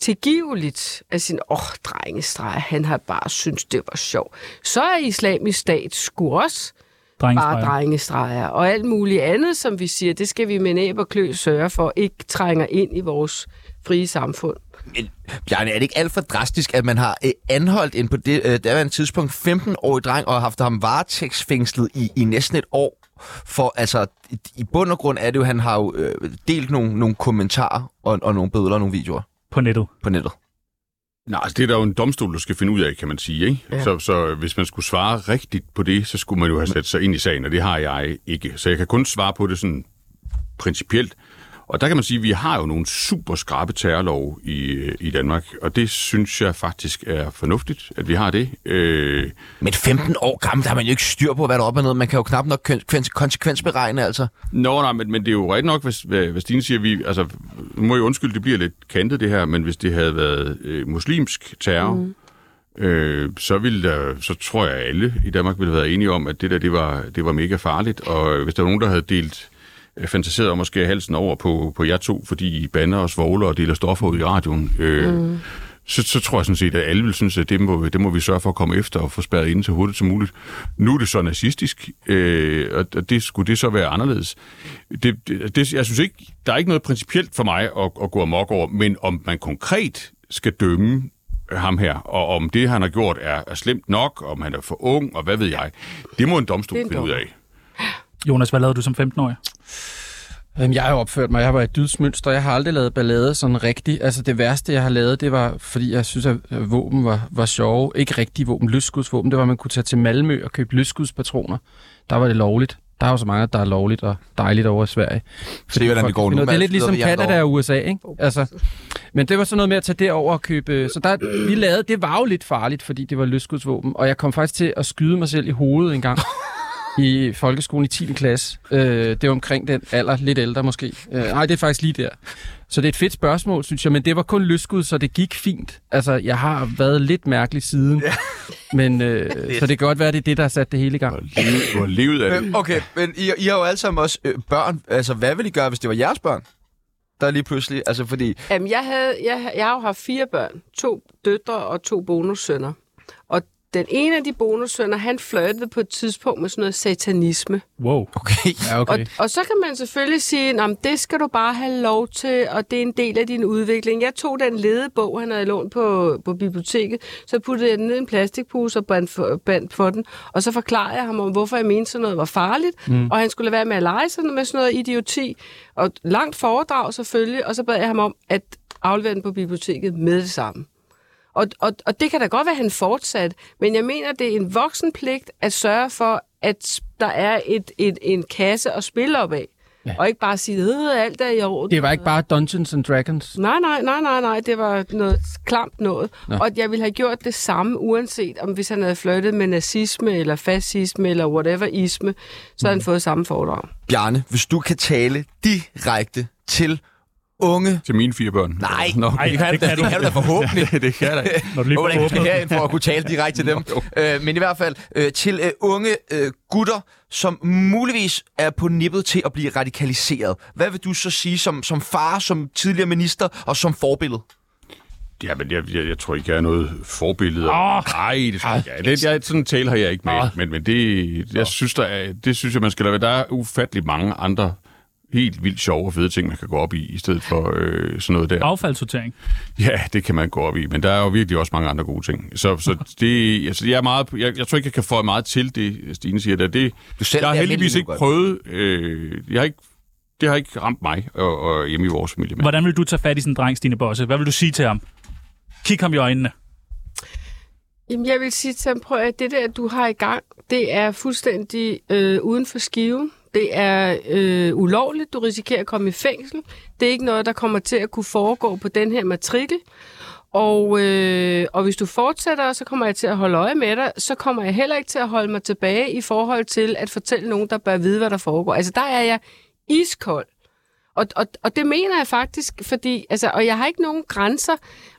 [SPEAKER 4] tilgiveligt af sin, åh, oh, drengestreg, han har bare synes det var sjovt, så er islamisk stat sgu også bare
[SPEAKER 3] Drengestreger.
[SPEAKER 4] drengestreger, og alt muligt andet, som vi siger, det skal vi med næb og klø sørge for, ikke trænger ind i vores frie samfund.
[SPEAKER 2] Men Bjarne, er det ikke alt for drastisk, at man har øh, anholdt en på det øh, daværende tidspunkt 15-årig dreng og haft ham varetægtsfængslet i, i næsten et år? For altså, i- i bund og grund er det jo, han har jo øh, delt nogle, nogle kommentarer og, og nogle billeder og nogle videoer
[SPEAKER 3] På nettet.
[SPEAKER 2] på nettet.
[SPEAKER 6] Nej, altså, det er der jo en domstol, der skal finde ud af, kan man sige. Ikke? Ja. Så, så hvis man skulle svare rigtigt på det, så skulle man jo have sat sig ind i sagen, og det har jeg ikke. Så jeg kan kun svare på det sådan principielt. Og der kan man sige, at vi har jo nogle super skrappe terrorlov i, i Danmark, og det synes jeg faktisk er fornuftigt, at vi har det. Øh,
[SPEAKER 2] Men 15 år gammel, der har man jo ikke styr på, hvad der er op og ned. Man kan jo knap nok kon- konsekvensberegne, altså.
[SPEAKER 6] Nå, nej, men, men det er jo rigtigt nok, hvis, hvad, hvad Stine siger, vi, altså, nu må jeg undskylde, det bliver lidt kantet det her, men hvis det havde været øh, muslimsk terror, mm. øh, så ville der, så tror jeg alle i Danmark ville have været enige om, at det der, det var, det var mega farligt, og øh, hvis der var nogen, der havde delt øh, fantaseret om at skære halsen over på, på jer to, fordi I bander og svogler og deler stoffer ud i radioen, øh, mm. så, så tror jeg sådan set, at alle vil synes, at det må, det må vi sørge for at komme efter og få spærret ind så hurtigt som muligt. Nu er det så nazistisk, øh, og og det skulle det så være anderledes. Det, det, det, jeg synes ikke, der er ikke noget principielt for mig at, at gå amok over, men om man konkret skal dømme ham her, og om det, han har gjort, er, er slemt nok, om han er for ung, og hvad ved jeg, det må en domstol
[SPEAKER 4] Det er en
[SPEAKER 6] finde ud
[SPEAKER 4] dommer.
[SPEAKER 6] af.
[SPEAKER 3] Jonas, hvad lavede du som 15-årig?
[SPEAKER 5] Jamen, Øhm, jeg har jo opført mig. Jeg var i et dydsmønster. Jeg har aldrig lavet ballade sådan rigtigt. Altså, det værste, jeg har lavet, det var, fordi jeg synes, at øh, våben var, var sjove. Ikke rigtige våben, løskudsvåben. Det var, at man kunne tage til Malmø og købe løskudspatroner. Der var det lovligt. Der er jo så mange, der er lovligt og dejligt over i Sverige. Fordi
[SPEAKER 2] hvordan det
[SPEAKER 5] folk
[SPEAKER 2] går
[SPEAKER 5] kan
[SPEAKER 2] nu,
[SPEAKER 5] finde ud af- Det er
[SPEAKER 2] Mads.
[SPEAKER 5] lidt ligesom
[SPEAKER 2] Ved vi, hvordan det
[SPEAKER 5] Canada og USA, ikke? Altså, men det var sådan noget med at tage derover og købe... Så der, vi lavede... Det var jo lidt farligt, fordi det var løskudsvåben. Og jeg kom faktisk til at skyde mig selv i hovedet en gang i folkeskolen i 10. klasse. Øh, det var omkring den alder, lidt ældre måske. Øh, nej, det er faktisk lige der. Så det er et fedt spørgsmål, synes jeg, men det var kun løskud, så det gik fint. Altså, jeg har været lidt mærkelig siden, ja. men øh, så det kan godt være, det er det, der har sat det hele i gang.
[SPEAKER 6] Du har levet af det.
[SPEAKER 2] Øh, okay, men I, I har jo alle sammen også øh, børn. Altså, hvad ville I gøre, hvis det var jeres børn? Der lige pludselig, altså fordi...
[SPEAKER 4] Jamen, jeg, havde, jeg, jeg har jo haft fire børn. To døtre og to bonussønner. Og den ene af de bonussønner, han flirtede på et tidspunkt med sådan noget satanisme.
[SPEAKER 3] Wow.
[SPEAKER 2] Okay.
[SPEAKER 5] Ja, okay.
[SPEAKER 4] Og, og så kan man selvfølgelig sige, at det skal du bare have lov til, og det er en del af din udvikling. Jeg tog den ledebog, han havde lånt på, på biblioteket, så puttede jeg den ned i en plastikpose og bandt for, bandt for den, og så forklarede jeg ham om, hvorfor jeg mente, sådan noget var farligt, mm. og han skulle lade være med at lege sådan med sådan noget idioti, og langt foredrag selvfølgelig, og så bad jeg ham om, at aflevere den på biblioteket med det samme. Og, og, og det kan da godt være, at han fortsat, men jeg mener, det er en voksen pligt at sørge for, at der er et, et, en kasse at spille op af. Ja. Og ikke bare sige, at alt er i orden.
[SPEAKER 5] Det var ikke bare Dungeons and Dragons.
[SPEAKER 4] Nej, nej, nej, nej, nej. Det var noget klamt noget. Nå. Og jeg ville have gjort det samme, uanset om hvis han havde flyttet med nazisme, eller fascisme, eller whatever isme, så havde han fået samme foredrag.
[SPEAKER 2] Bjarne, hvis du kan tale direkte til unge...
[SPEAKER 6] Til mine fire børn.
[SPEAKER 2] Nej,
[SPEAKER 6] Nå,
[SPEAKER 2] Ej, det, kan det, kan du. det kan du da forhåbentlig.
[SPEAKER 6] det kan jeg da ikke.
[SPEAKER 3] Når du lige
[SPEAKER 2] Håber,
[SPEAKER 3] får
[SPEAKER 2] jeg skal
[SPEAKER 3] åbnet.
[SPEAKER 2] herind for at kunne tale direkte til dem. Øh, men i hvert fald øh, til øh, unge øh, gutter, som muligvis er på nippet til at blive radikaliseret. Hvad vil du så sige som, som far, som tidligere minister og som forbillede?
[SPEAKER 6] Ja, men jeg, jeg, jeg tror ikke, jeg er noget forbillede.
[SPEAKER 3] Åh!
[SPEAKER 6] Nej, det tror jeg ikke. jeg, jeg, jeg, sådan en tale har jeg ikke med. Men, men det, jeg synes, der er, det synes jeg, man skal lade være. Der er ufattelig mange andre helt vildt sjove og fede ting, man kan gå op i, i stedet for øh, sådan noget der.
[SPEAKER 3] Affaldssortering.
[SPEAKER 6] Ja, det kan man gå op i, men der er jo virkelig også mange andre gode ting. Så, så det, altså, jeg, er meget, jeg, jeg tror ikke, jeg kan få meget til det, Stine siger der. Det,
[SPEAKER 2] Du selv
[SPEAKER 6] jeg har
[SPEAKER 2] er
[SPEAKER 6] heldigvis
[SPEAKER 2] almindelig
[SPEAKER 6] ikke
[SPEAKER 2] nu,
[SPEAKER 6] prøvet... Øh, jeg har ikke, det har ikke ramt mig og, og hjemme i vores familie. Men.
[SPEAKER 3] Hvordan vil du tage fat i sådan en dreng, Stine Bosse? Hvad vil du sige til ham? Kig ham i øjnene.
[SPEAKER 4] Jamen, jeg vil sige til ham, prøv at det der, du har i gang, det er fuldstændig øh, uden for skive. Det er øh, ulovligt, du risikerer at komme i fængsel. Det er ikke noget, der kommer til at kunne foregå på den her matrikel. Og, øh, og hvis du fortsætter, så kommer jeg til at holde øje med dig. Så kommer jeg heller ikke til at holde mig tilbage i forhold til at fortælle nogen, der bør vide, hvad der foregår. Altså, der er jeg iskold. Og, og, og det mener jeg faktisk, fordi, altså, og jeg har ikke nogen grænser,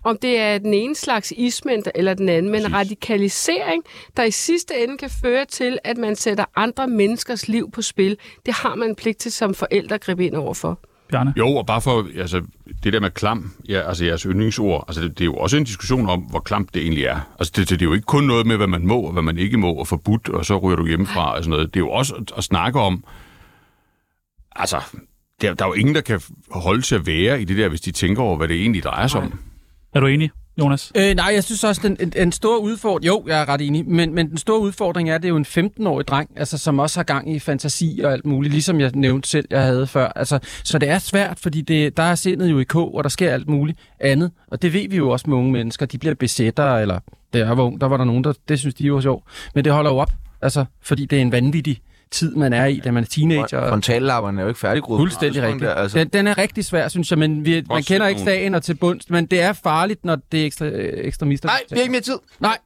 [SPEAKER 4] om det er den ene slags ismænd eller den anden, men radikalisering, der i sidste ende kan føre til, at man sætter andre menneskers liv på spil, det har man en pligt til som forældre at gribe ind overfor.
[SPEAKER 3] Bjarne?
[SPEAKER 6] Jo, og bare for altså, det der med klam, ja, altså jeres yndlingsord, altså, det, det er jo også en diskussion om, hvor klamt det egentlig er. Altså, det, det det er jo ikke kun noget med, hvad man må og hvad man ikke må, og forbudt, og så ryger du hjemmefra og sådan noget. Det er jo også at, at snakke om, altså, der, der er jo ingen, der kan holde til at være i det der, hvis de tænker over, hvad det egentlig drejer sig om.
[SPEAKER 3] Er du enig, Jonas?
[SPEAKER 5] Øh, nej, jeg synes også, den en, en stor udfordring... Jo, jeg er ret enig, men, men den store udfordring er, at det er jo en 15-årig dreng, altså, som også har gang i fantasi og alt muligt, ligesom jeg nævnte selv, jeg havde før. Altså, så det er svært, fordi det, der er sindet jo i k, og der sker alt muligt andet. Og det ved vi jo også med unge mennesker. De bliver besættere, eller da jeg var ung, der var der nogen, der det synes de var sjov. Men det holder jo op, altså, fordi det er en vanvittig tid, man er i, da man er teenager. og-
[SPEAKER 2] Frontallapperne er jo ikke færdiggroet.
[SPEAKER 5] Fuldstændig rigtigt.
[SPEAKER 2] Der, altså.
[SPEAKER 5] Den, den er rigtig svær, synes jeg, men vi, man kender ikke sagen og til bunds, men det er farligt, når det er ekstra, øh, ekstremister.
[SPEAKER 2] Nej, vi har ikke mere tid.
[SPEAKER 5] Nej.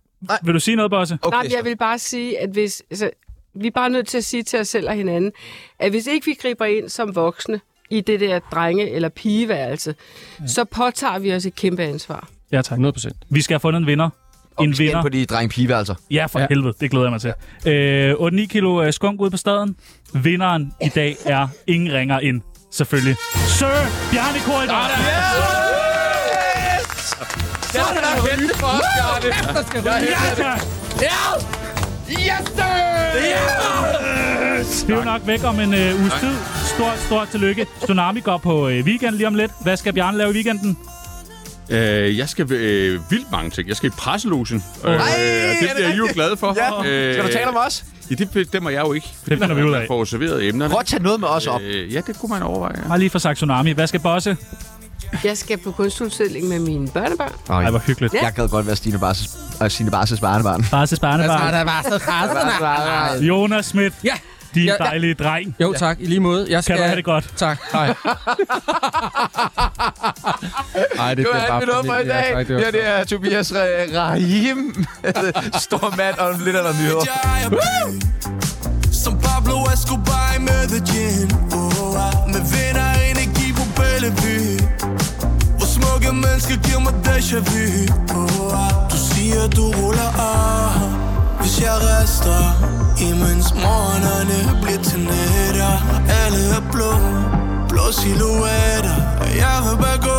[SPEAKER 3] Vil du sige noget, Bosse?
[SPEAKER 4] Okay, Nej, men jeg vil bare sige, at hvis, altså, vi er bare nødt til at sige til os selv og hinanden, at hvis ikke vi griber ind som voksne i det der drenge- eller pigeværelse, så påtager vi os et kæmpe ansvar.
[SPEAKER 3] Ja, tak.
[SPEAKER 5] 100 procent.
[SPEAKER 3] Vi skal have fundet en vinder. En
[SPEAKER 2] Skal ind
[SPEAKER 3] vinder.
[SPEAKER 2] på de dreng-pigeværelser.
[SPEAKER 3] Ja, for ja.
[SPEAKER 5] Ja.
[SPEAKER 3] helvede. Det glæder jeg mig til. Øh, 8-9 kilo øh, skunk ude på staden. Vinderen i dag er ingen ringer ind. Selvfølgelig. Sir Bjarne Korydon. Ja, Yes, sir! Yes! Vi er jo nok væk om en øh, uges tid. Stort, stort tillykke. Tsunami går på øh, weekend lige om lidt. Hvad skal Bjarne lave i weekenden?
[SPEAKER 6] Øh, jeg skal øh, vildt mange ting. Jeg skal i presselogen. Øh, og det bliver I jo glade for. Øh,
[SPEAKER 2] Ja. Skal du tale om os?
[SPEAKER 6] Ja, det bestemmer jeg jo ikke.
[SPEAKER 3] Det finder vi ud af.
[SPEAKER 6] Jeg får serveret emnerne.
[SPEAKER 2] Prøv at tage noget med os op.
[SPEAKER 6] Øh, ja, det kunne man overveje.
[SPEAKER 3] Bare lige for sagt Tsunami. Hvad skal Bosse?
[SPEAKER 4] Jeg skal på kunstudstilling med mine børnebørn.
[SPEAKER 3] Ej, hvor hyggeligt.
[SPEAKER 2] Jeg gad godt være Stine Barses, og Stine Barses barnebarn.
[SPEAKER 3] Barses barnebarn. Jonas Schmidt.
[SPEAKER 5] Ja.
[SPEAKER 3] Din
[SPEAKER 5] Ja, ja.
[SPEAKER 3] dejlige dreng.
[SPEAKER 5] Jo, tak. I lige måde. Jeg skal...
[SPEAKER 3] Kan du have det godt?
[SPEAKER 5] Tak. Hej. Ej, det
[SPEAKER 2] Det var alt, vi nåede for i dag.
[SPEAKER 5] Ja, tak, det
[SPEAKER 2] Ja,
[SPEAKER 5] var
[SPEAKER 2] det er Tobias Re- Rahim. Stor mand og lidt eller nyheder.
[SPEAKER 10] Som Pablo Escobar i Medellin oh, ah. Med vind og energi på Bellevue Hvor smukke mennesker giver mig déjà vu oh, ah. Du siger du ruller af Hvis jeg rester Imens morgenerne bliver til nætter Alle er blå Blå silhuetter Og jeg vil bare gå